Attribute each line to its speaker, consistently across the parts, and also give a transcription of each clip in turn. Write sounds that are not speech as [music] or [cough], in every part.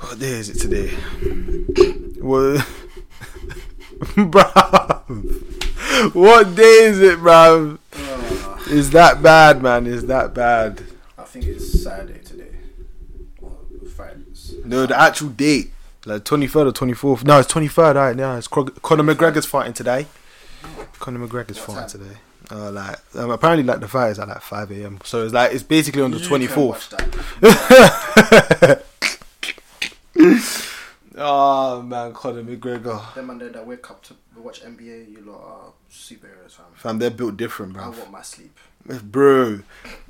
Speaker 1: What day is it today? What, [laughs] bruv? What day is it, bruv?
Speaker 2: Uh,
Speaker 1: Is that bad, man? Is that bad?
Speaker 2: I think it's Saturday today. Or Friday.
Speaker 1: No, the actual date, like twenty third or twenty fourth. No, it's twenty third. Right now, it's Cro- Conor McGregor's fighting today. Conor McGregor's
Speaker 2: What
Speaker 1: fighting
Speaker 2: time?
Speaker 1: today. Uh, like um, apparently, like the fight is at like five a.m. So it's like it's basically on the twenty fourth. [laughs] Oh man, Conor McGregor.
Speaker 2: Them man there that wake up to watch NBA, you lot are superheroes, fam.
Speaker 1: Fam, they're built different,
Speaker 2: I
Speaker 1: bro.
Speaker 2: want my sleep.
Speaker 1: Bro,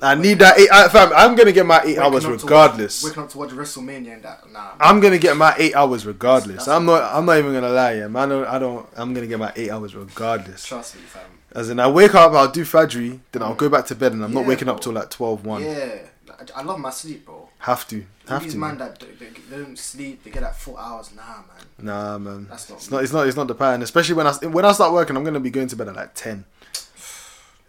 Speaker 1: I need that eight. I, fam, I'm gonna get my eight hours
Speaker 2: Waking up to
Speaker 1: regardless. Ah.
Speaker 2: Watch, waking up to watch WrestleMania and that. Nah.
Speaker 1: I'm gonna get my eight hours regardless.
Speaker 2: That's-
Speaker 1: I'm not. I'm not even gonna lie, yeah, man. I don't, I don't. I'm gonna get my eight hours regardless.
Speaker 2: trust me, fam.
Speaker 1: As in, I wake up, I'll do fadry, then I'll go back to bed, and I'm not
Speaker 2: Yeah,
Speaker 1: waking up
Speaker 2: bro.
Speaker 1: till like 12, 1.
Speaker 2: Yeah. I, I love my sleep, bro.
Speaker 1: Have to. Have
Speaker 2: These
Speaker 1: to. man.
Speaker 2: man that they, they don't sleep, they get that four hours. Nah, man.
Speaker 1: Nah, man.
Speaker 2: That's not
Speaker 1: it's
Speaker 2: me.
Speaker 1: not. It's not. It's not the pattern. Especially when I when I start working, I'm gonna be going to bed at like 10,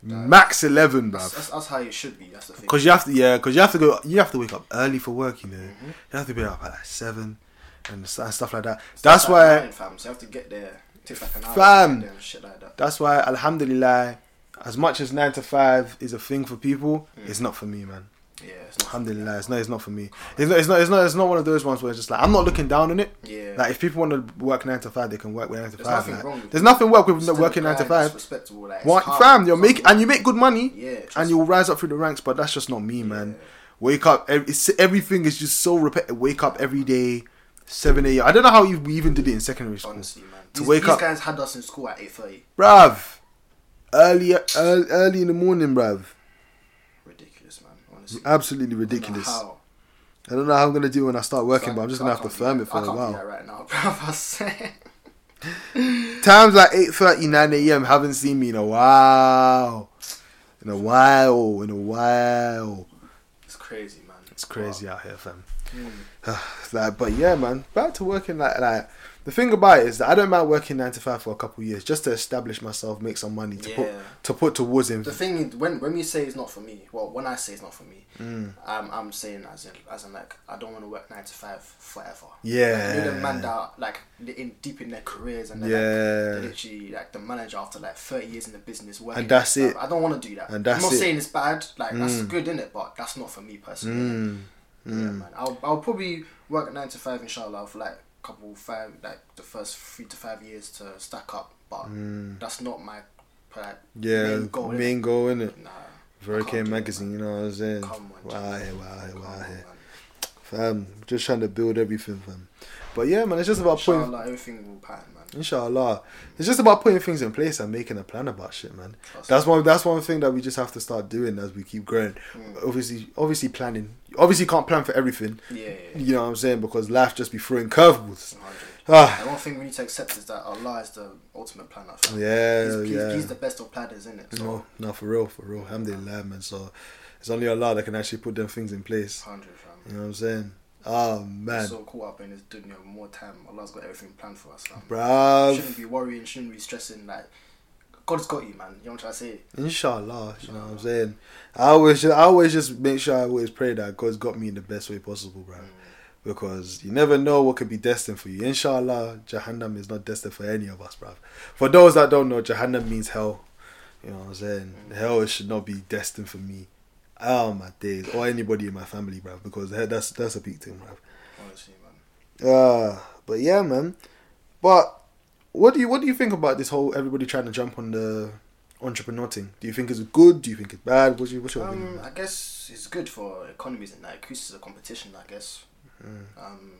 Speaker 1: max 11,
Speaker 2: That's,
Speaker 1: bruv.
Speaker 2: that's, that's how it should be. That's the thing.
Speaker 1: Cause you have to, yeah. Cause you have to go. You have to wake up early for work. You know,
Speaker 2: Mm-hmm.
Speaker 1: you have to be up at like seven, and st- stuff like that. That's
Speaker 2: It's like
Speaker 1: why.
Speaker 2: nine, fam. So you have to get there. Takes like an hour.
Speaker 1: Fam.
Speaker 2: to get there and shit like that.
Speaker 1: That's why, alhamdulillah, as much as nine to five is a thing for people,
Speaker 2: Mm.
Speaker 1: it's not for me, man.
Speaker 2: Yeah. It's not-
Speaker 1: Alhamdulillah, it's not. It's not for me. It's not. It's not. It's not. It's not one of those ones where it's just like I'm not looking down on it.
Speaker 2: Yeah.
Speaker 1: Like if people want to work nine to five, they can work with nine to
Speaker 2: There's
Speaker 1: five.
Speaker 2: nothing
Speaker 1: like,
Speaker 2: wrong with
Speaker 1: there's
Speaker 2: it.
Speaker 1: nothing work with
Speaker 2: Still
Speaker 1: working
Speaker 2: the
Speaker 1: nine to
Speaker 2: grind, it's
Speaker 1: five.
Speaker 2: respectable, like, it's
Speaker 1: One,
Speaker 2: hard.
Speaker 1: fam, you're
Speaker 2: Some
Speaker 1: making and you make good money.
Speaker 2: Yeah, trust
Speaker 1: and you'll rise up through the ranks, but that's just not me, man. Wake up, ev- it's, everything is just so repetitive. Wake up every day, seven a.m. I don't know how you we even did it in secondary school,
Speaker 2: Honestly, man.
Speaker 1: To
Speaker 2: these,
Speaker 1: wake
Speaker 2: these
Speaker 1: up-
Speaker 2: guys had us in school at eight thirty.
Speaker 1: bruv. Early, early, early in the morning, bruv.
Speaker 2: Ridiculous, man. Honestly,
Speaker 1: Absolutely
Speaker 2: I don't know
Speaker 1: ridiculous.
Speaker 2: how.
Speaker 1: I don't know how I'm gonna do when I start working,
Speaker 2: So
Speaker 1: but I'm just
Speaker 2: so
Speaker 1: gonna
Speaker 2: I
Speaker 1: have to
Speaker 2: can't do
Speaker 1: firm
Speaker 2: that.
Speaker 1: it for
Speaker 2: I
Speaker 1: a
Speaker 2: can't do
Speaker 1: while.
Speaker 2: that right now, [laughs] bruv. I say.
Speaker 1: Times like 8.30, 9 a.m. haven't seen me in a while. In a while, in a while.
Speaker 2: It's crazy, man.
Speaker 1: It's crazy
Speaker 2: Wow.
Speaker 1: out here, fam.
Speaker 2: Mm.
Speaker 1: It's [sighs] like, but yeah, man, back to working like like the thing about it is that I don't mind working nine to five for a couple of years just to establish myself, make some money to put
Speaker 2: Yeah.
Speaker 1: to put towards him.
Speaker 2: The thing is, when when you say it's not for me, well, when I say it's not for me,
Speaker 1: Mm.
Speaker 2: I'm I'm saying as in as in like I don't want to work nine to five forever.
Speaker 1: Yeah.
Speaker 2: like, you know, the man that like they're in deep in their careers and they're,
Speaker 1: Yeah.
Speaker 2: like, they're literally like the manager after like thirty years in the business working.
Speaker 1: And that's
Speaker 2: stuff.
Speaker 1: it.
Speaker 2: I don't want to do that.
Speaker 1: And that's
Speaker 2: I'm not
Speaker 1: it. Mm.
Speaker 2: saying it's bad. Like that's good in it, but that's not for me personally. Yeah, man. I'll I'll probably work nine to five inshallah for like a couple five like the first three to five years to stack up, but that's not my like,
Speaker 1: Mm. yeah,
Speaker 2: main goal. innit?
Speaker 1: main goal in it.
Speaker 2: Nah. I
Speaker 1: Very
Speaker 2: can't
Speaker 1: K
Speaker 2: do it,
Speaker 1: magazine,
Speaker 2: man.
Speaker 1: you know what I'm saying?
Speaker 2: Come on,
Speaker 1: Wow,
Speaker 2: Jack.
Speaker 1: here, wow, here,
Speaker 2: Come
Speaker 1: wow,
Speaker 2: on,
Speaker 1: here.
Speaker 2: man.
Speaker 1: fam. Just trying to build everything, fam. But yeah, man, it's just about putting
Speaker 2: Inshallah, everything will pattern, man.
Speaker 1: Inshallah, it's just about putting things in place and making a plan about shit, man.
Speaker 2: Trust
Speaker 1: That's one. That's one thing that we just have to start doing as we keep growing.
Speaker 2: Mm.
Speaker 1: Obviously, obviously planning. Obviously, you can't plan for everything.
Speaker 2: Yeah, yeah, yeah.
Speaker 1: You know what I'm saying? Because life just be throwing curveballs.
Speaker 2: 100.
Speaker 1: Ah,
Speaker 2: And one thing we need to accept is that Allah is the ultimate planner. fam.
Speaker 1: yeah,
Speaker 2: he's, he's,
Speaker 1: yeah.
Speaker 2: he's the best of planners, isn't it? So,
Speaker 1: no, no, for real, for real. Alhamdulillah, man. So it's only Allah that can actually put them things in place.
Speaker 2: 100,
Speaker 1: You
Speaker 2: fam.
Speaker 1: know what I'm saying? Oh man,
Speaker 2: So caught up in this dunya more time. Allah's got everything planned for us, fam.
Speaker 1: bruv.
Speaker 2: Shouldn't be worrying, shouldn't be stressing. Like, God's got you, man. You know what I'm trying to say?
Speaker 1: Inshallah, you know what I'm saying. I always, just, I always just make sure I always pray that God's got me in the best way possible, bro. Because you never know what could be destined for you. Inshallah, Jahannam is not destined for any of us, bruv. For those that don't know, Jahannam means hell. You know what I'm saying? Hell should not be destined for me. Oh my days, or anybody in my family, bruv. Because that- that's that's a big thing, bruv.
Speaker 2: Honestly, man.
Speaker 1: Uh, but yeah, man. But what do you what do you think about this whole everybody trying to jump on the entrepreneur thing? Do you think it's good? Do you think it's bad? What's your what's your opinion?
Speaker 2: Um, I guess it's good for economies and that increases the competition. I guess.
Speaker 1: Mm.
Speaker 2: Um,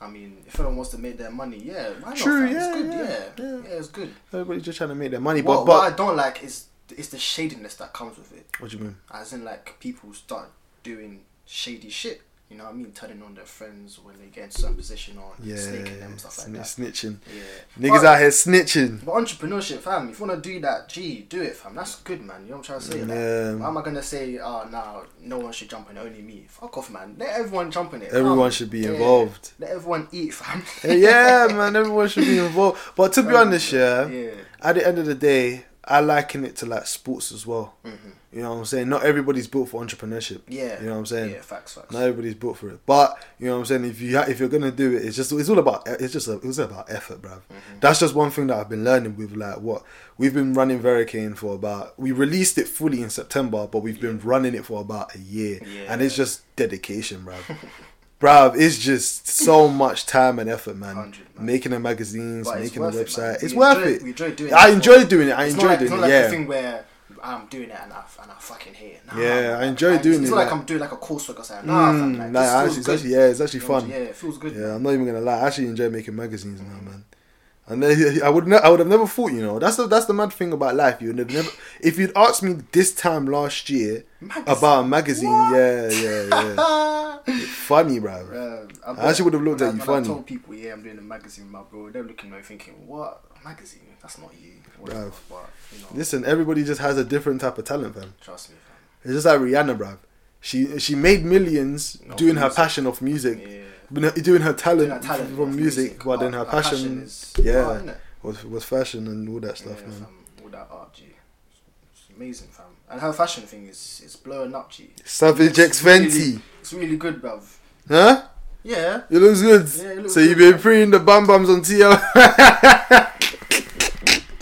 Speaker 2: I mean, if everyone wants to make their money, yeah, why not?
Speaker 1: True,
Speaker 2: fam?
Speaker 1: yeah,
Speaker 2: it's good,
Speaker 1: yeah,
Speaker 2: yeah,
Speaker 1: yeah.
Speaker 2: it's good.
Speaker 1: Everybody's just trying to make their money,
Speaker 2: what,
Speaker 1: but but
Speaker 2: what I don't like is is the shadiness that comes with it.
Speaker 1: what do you mean?
Speaker 2: As in, like people start doing shady shit. You know what I mean? Turning on their friends when they get in some position or
Speaker 1: Yeah,
Speaker 2: snaking them stuff like
Speaker 1: sni-
Speaker 2: that.
Speaker 1: snitching.
Speaker 2: Yeah,
Speaker 1: Niggas
Speaker 2: But-
Speaker 1: out here snitching.
Speaker 2: but entrepreneurship, fam, if you wanna do that, gee, do it, fam. That's good, man. You know what I'm trying to say? Like,
Speaker 1: Yeah.
Speaker 2: why am I gonna say, oh, now no one should jump in, only me? Fuck off, man. Let everyone jump in it.
Speaker 1: Everyone
Speaker 2: Come.
Speaker 1: should be involved.
Speaker 2: Let everyone eat, fam. [laughs]
Speaker 1: yeah, man, everyone should be involved. But to be
Speaker 2: Um,
Speaker 1: honest, yeah,
Speaker 2: yeah.
Speaker 1: at the end of the day, I liken it to like sports as well.
Speaker 2: Mm-hmm.
Speaker 1: You know what I'm saying? Not everybody's built for entrepreneurship.
Speaker 2: Yeah.
Speaker 1: You know what I'm saying?
Speaker 2: Yeah, facts, facts.
Speaker 1: Not everybody's built for it, but you know what I'm saying. If you ha- if you're gonna do it, it's just it's all about it's just a, it's about effort, bruv.
Speaker 2: Mm-hmm.
Speaker 1: That's just one thing that I've been learning with like what we've been running Vericane for about. We released it fully in September, but we've been running it for about a year,
Speaker 2: Yeah.
Speaker 1: and it's just dedication, bruv. [laughs] bruv, it's just so much time and effort, man.
Speaker 2: 100, man.
Speaker 1: Making the magazines,
Speaker 2: But it's
Speaker 1: making the
Speaker 2: worth it, man.
Speaker 1: website,
Speaker 2: We
Speaker 1: it's worth
Speaker 2: enjoy-
Speaker 1: it.
Speaker 2: we enjoy doing
Speaker 1: I
Speaker 2: it.
Speaker 1: enjoy doing it. I
Speaker 2: it's
Speaker 1: enjoy
Speaker 2: not like,
Speaker 1: doing
Speaker 2: it's not
Speaker 1: it.
Speaker 2: like
Speaker 1: yeah.
Speaker 2: the thing where I'm doing it and I, and I fucking hate it. Nah,
Speaker 1: Yeah,
Speaker 2: man.
Speaker 1: I enjoy doing
Speaker 2: it's
Speaker 1: it,
Speaker 2: not like
Speaker 1: like-
Speaker 2: I'm doing like a coursework or something. Nah, fam,
Speaker 1: Mm,
Speaker 2: like,
Speaker 1: nah,
Speaker 2: this feels
Speaker 1: actually, it's
Speaker 2: good.
Speaker 1: actually, yeah, it's actually
Speaker 2: You know what
Speaker 1: fun.
Speaker 2: I'm saying? Yeah, it feels good.
Speaker 1: Yeah, I'm not even gonna lie. I actually enjoy making magazines now, man. And then, I would, ne- I would have never thought, you know. That's the that's the mad thing about life. You would have never, if you'd asked me this time last year
Speaker 2: Magazine.
Speaker 1: about a magazine,
Speaker 2: What?
Speaker 1: yeah,
Speaker 2: [laughs]
Speaker 1: yeah, yeah, funny, bro.
Speaker 2: Bruh, I,
Speaker 1: actually would've looked
Speaker 2: Um, when
Speaker 1: at
Speaker 2: I-
Speaker 1: you
Speaker 2: when
Speaker 1: funny.
Speaker 2: I told people, yeah, I'm doing a magazine, my bro. They're looking at me thinking, what? A magazine? That's not you. Whatever.
Speaker 1: Bruv.
Speaker 2: But, you know,
Speaker 1: Listen, everybody just has a different type of talent, fam.
Speaker 2: trust me, fam.
Speaker 1: It's just like Rihanna, bro. She she made millions
Speaker 2: Off
Speaker 1: doing her
Speaker 2: music.
Speaker 1: passion off music,
Speaker 2: Yeah.
Speaker 1: doing her talent,
Speaker 2: Doing her talent
Speaker 1: from
Speaker 2: off
Speaker 1: music,
Speaker 2: music.
Speaker 1: but then her
Speaker 2: Art- her
Speaker 1: passion,
Speaker 2: passion is
Speaker 1: yeah,
Speaker 2: art, innit?
Speaker 1: was was fashion and all that stuff,
Speaker 2: yeah,
Speaker 1: man.
Speaker 2: fam. All that art, G. It's amazing, fam. And her fashion thing is, is blowing up, G.
Speaker 1: Savage X
Speaker 2: It's
Speaker 1: Fenty,
Speaker 2: really- It's really good, bruv.
Speaker 1: huh?
Speaker 2: Yeah.
Speaker 1: It looks good.
Speaker 2: Yeah, it looks
Speaker 1: so you've
Speaker 2: good,
Speaker 1: been freeing the bum bums on [laughs] TL.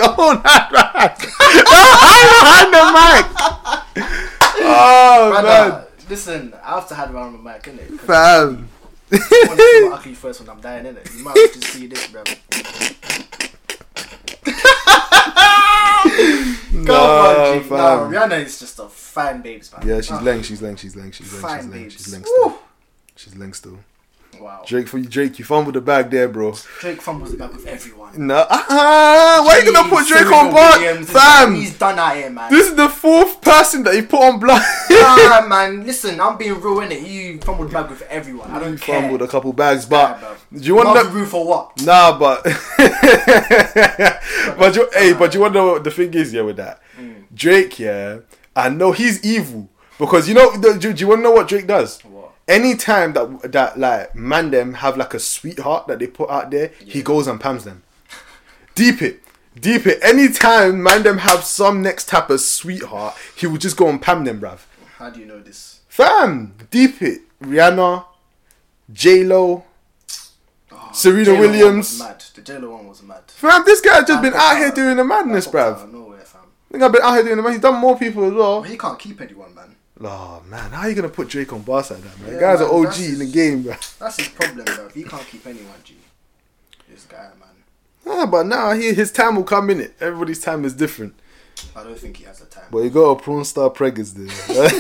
Speaker 1: oh, not right. i the mic. Oh, man.
Speaker 2: Brother, listen, I have to have around my mic, innit? 'Cause
Speaker 1: Fam.
Speaker 2: I want to see my ugly first when I'm dying, innit? You might as well just see this,
Speaker 1: [laughs]
Speaker 2: bruv. Come
Speaker 1: Nah,
Speaker 2: on, G. Nah,
Speaker 1: fam.
Speaker 2: Rihanna is just a fine babes, man.
Speaker 1: Yeah, she's
Speaker 2: Nah,
Speaker 1: leng, she's leng, she's leng, she's leng, she's
Speaker 2: Fine
Speaker 1: leng, she's
Speaker 2: babes.
Speaker 1: leng still. She's leng still.
Speaker 2: Wow.
Speaker 1: Drake, for you, Drake, you fumbled the bag there, bro.
Speaker 2: Drake fumbles the bag with everyone.
Speaker 1: No, uh-uh. [laughs] why are you gonna
Speaker 2: Jeez,
Speaker 1: put Drake
Speaker 2: Serena
Speaker 1: on block,
Speaker 2: Williams is-
Speaker 1: fam?
Speaker 2: He's done out here, man.
Speaker 1: This is the fourth person that you put on [laughs] block.
Speaker 2: nah, man, listen, I'm being real, innit? You fumbled the bag with everyone. I don't
Speaker 1: You
Speaker 2: care.
Speaker 1: fumbled a couple bags, but
Speaker 2: Yeah,
Speaker 1: do
Speaker 2: bruv.
Speaker 1: you want to?
Speaker 2: Marvin Rue for what?
Speaker 1: Nah, but [laughs] but you, hey, but you want to know what the thing is? Yeah, with that Drake, yeah, I know he's evil because you know. Do, do you want to know what Drake does?
Speaker 2: What?
Speaker 1: Anytime that that like man them have like a sweetheart that they put out there, he goes and pams them. Deep it, deep it. Anytime man them have some next type of sweetheart, he will just go and pam them, bruv.
Speaker 2: How do you know this?
Speaker 1: Fam, deep it. Rihanna, J Lo.
Speaker 2: Oh,
Speaker 1: Serena
Speaker 2: the J-Lo one
Speaker 1: Williams.
Speaker 2: was mad. The J-Lo one was mad.
Speaker 1: Fam, this guy just
Speaker 2: Man
Speaker 1: been
Speaker 2: popped
Speaker 1: out here
Speaker 2: out-
Speaker 1: doing the madness,
Speaker 2: Popped out
Speaker 1: bruv.
Speaker 2: of nowhere, fam.
Speaker 1: I think I've been out here doing the man. He's done more people as
Speaker 2: But
Speaker 1: well.
Speaker 2: Oh, he can't keep anyone, man.
Speaker 1: Oh man, how are you gonna put Drake on bars like that, man?
Speaker 2: Yeah,
Speaker 1: Guy's
Speaker 2: man,
Speaker 1: an OG
Speaker 2: that's
Speaker 1: in the
Speaker 2: his-
Speaker 1: game, bro.
Speaker 2: That's his problem, bruv. He can't keep anyone, G. This guy, man.
Speaker 1: Ah, but now he, his time will come in it. Everybody's time is different.
Speaker 2: I don't think he has the time.
Speaker 1: But you got a prawn star preggers [laughs]
Speaker 2: I don't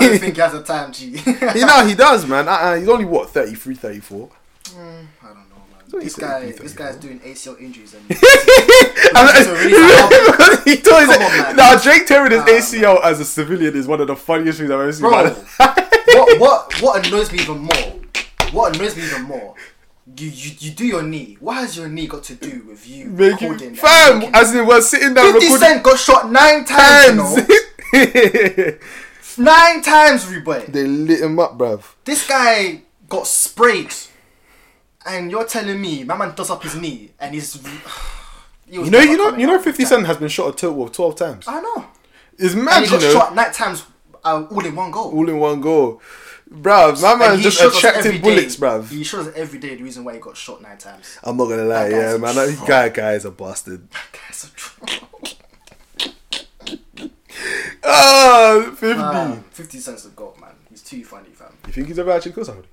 Speaker 1: there.
Speaker 2: think he has the time, G. [laughs]
Speaker 1: you know he does, man. Uh-uh, he's only what 33, [laughs] 34.
Speaker 2: Mm, I don't know,
Speaker 1: So
Speaker 2: man.
Speaker 1: he
Speaker 2: This
Speaker 1: said
Speaker 2: guy,
Speaker 1: he
Speaker 2: this
Speaker 1: thought
Speaker 2: guy's doing ACL
Speaker 1: [laughs]
Speaker 2: injuries and. It's a
Speaker 1: Because
Speaker 2: reason.
Speaker 1: he told his
Speaker 2: Come on, man.
Speaker 1: now Drake tearing his
Speaker 2: Nah,
Speaker 1: ACL as a civilian is one of the funniest things I've ever seen.
Speaker 2: Bro,
Speaker 1: man.
Speaker 2: what what what annoys me even more? What annoys me even more? You, you you do your knee. What has your knee got to do with you recording?
Speaker 1: making
Speaker 2: and
Speaker 1: fam
Speaker 2: making-
Speaker 1: as in we're sitting down
Speaker 2: 50
Speaker 1: recording
Speaker 2: Cent got shot nine times. you know?
Speaker 1: times.
Speaker 2: Nine times, everybody.
Speaker 1: [laughs] they lit him up, bruv.
Speaker 2: This guy got sprayed, and you're telling me my man does up his knee and he's. [sighs] he was
Speaker 1: You know,
Speaker 2: never
Speaker 1: you know,
Speaker 2: coming
Speaker 1: you know,
Speaker 2: out.
Speaker 1: Fifty Cent has been shot a total of twelve times.
Speaker 2: I know.
Speaker 1: It's
Speaker 2: And
Speaker 1: mad,
Speaker 2: he
Speaker 1: you
Speaker 2: got
Speaker 1: know,
Speaker 2: shot nine times, uh, all in one goal.
Speaker 1: all in one go, bruv. My
Speaker 2: And
Speaker 1: man
Speaker 2: he
Speaker 1: just
Speaker 2: shows us every
Speaker 1: attracting
Speaker 2: day-
Speaker 1: bullets, bruv.
Speaker 2: He shows us every day the reason why he got shot nine times.
Speaker 1: I'm not gonna lie,
Speaker 2: That guy's
Speaker 1: yeah,
Speaker 2: a
Speaker 1: man. That
Speaker 2: troll.
Speaker 1: guy, guy is a bastard.
Speaker 2: Guys are troll.
Speaker 1: Ah, Fifty.
Speaker 2: Um, 50 cents a goal, man. He's too funny, fam.
Speaker 1: You think he's ever actually killed somebody?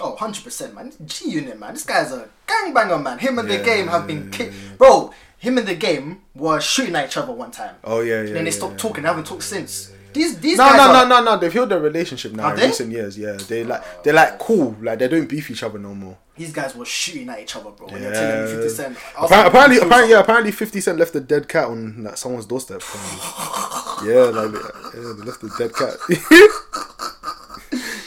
Speaker 2: Oh, 100%, man. G Unit, man. This guy's a gangbanger, man. Him and
Speaker 1: Yeah,
Speaker 2: the game have
Speaker 1: yeah,
Speaker 2: been
Speaker 1: yeah,
Speaker 2: kicked. Bro, him and the game were shooting at each other one time.
Speaker 1: Oh yeah, yeah.
Speaker 2: then they
Speaker 1: yeah,
Speaker 2: stopped
Speaker 1: yeah.
Speaker 2: talking. They haven't talked since. These, these
Speaker 1: No,
Speaker 2: guys
Speaker 1: no,
Speaker 2: are,
Speaker 1: no, no, no. They've healed their relationship now
Speaker 2: Are
Speaker 1: in
Speaker 2: they?
Speaker 1: recent years. Yeah, they like they're like cool. Like they don't beef each other no more.
Speaker 2: These guys were shooting at each other, bro. And you're telling me 50
Speaker 1: Yeah.
Speaker 2: Cent. I was
Speaker 1: Apparently,
Speaker 2: like,
Speaker 1: apparently,
Speaker 2: who's
Speaker 1: apparently,
Speaker 2: that?
Speaker 1: yeah, apparently, Fifty Cent left a dead cat on like someone's doorstep. apparently. yeah, like yeah, they left a dead cat. [laughs]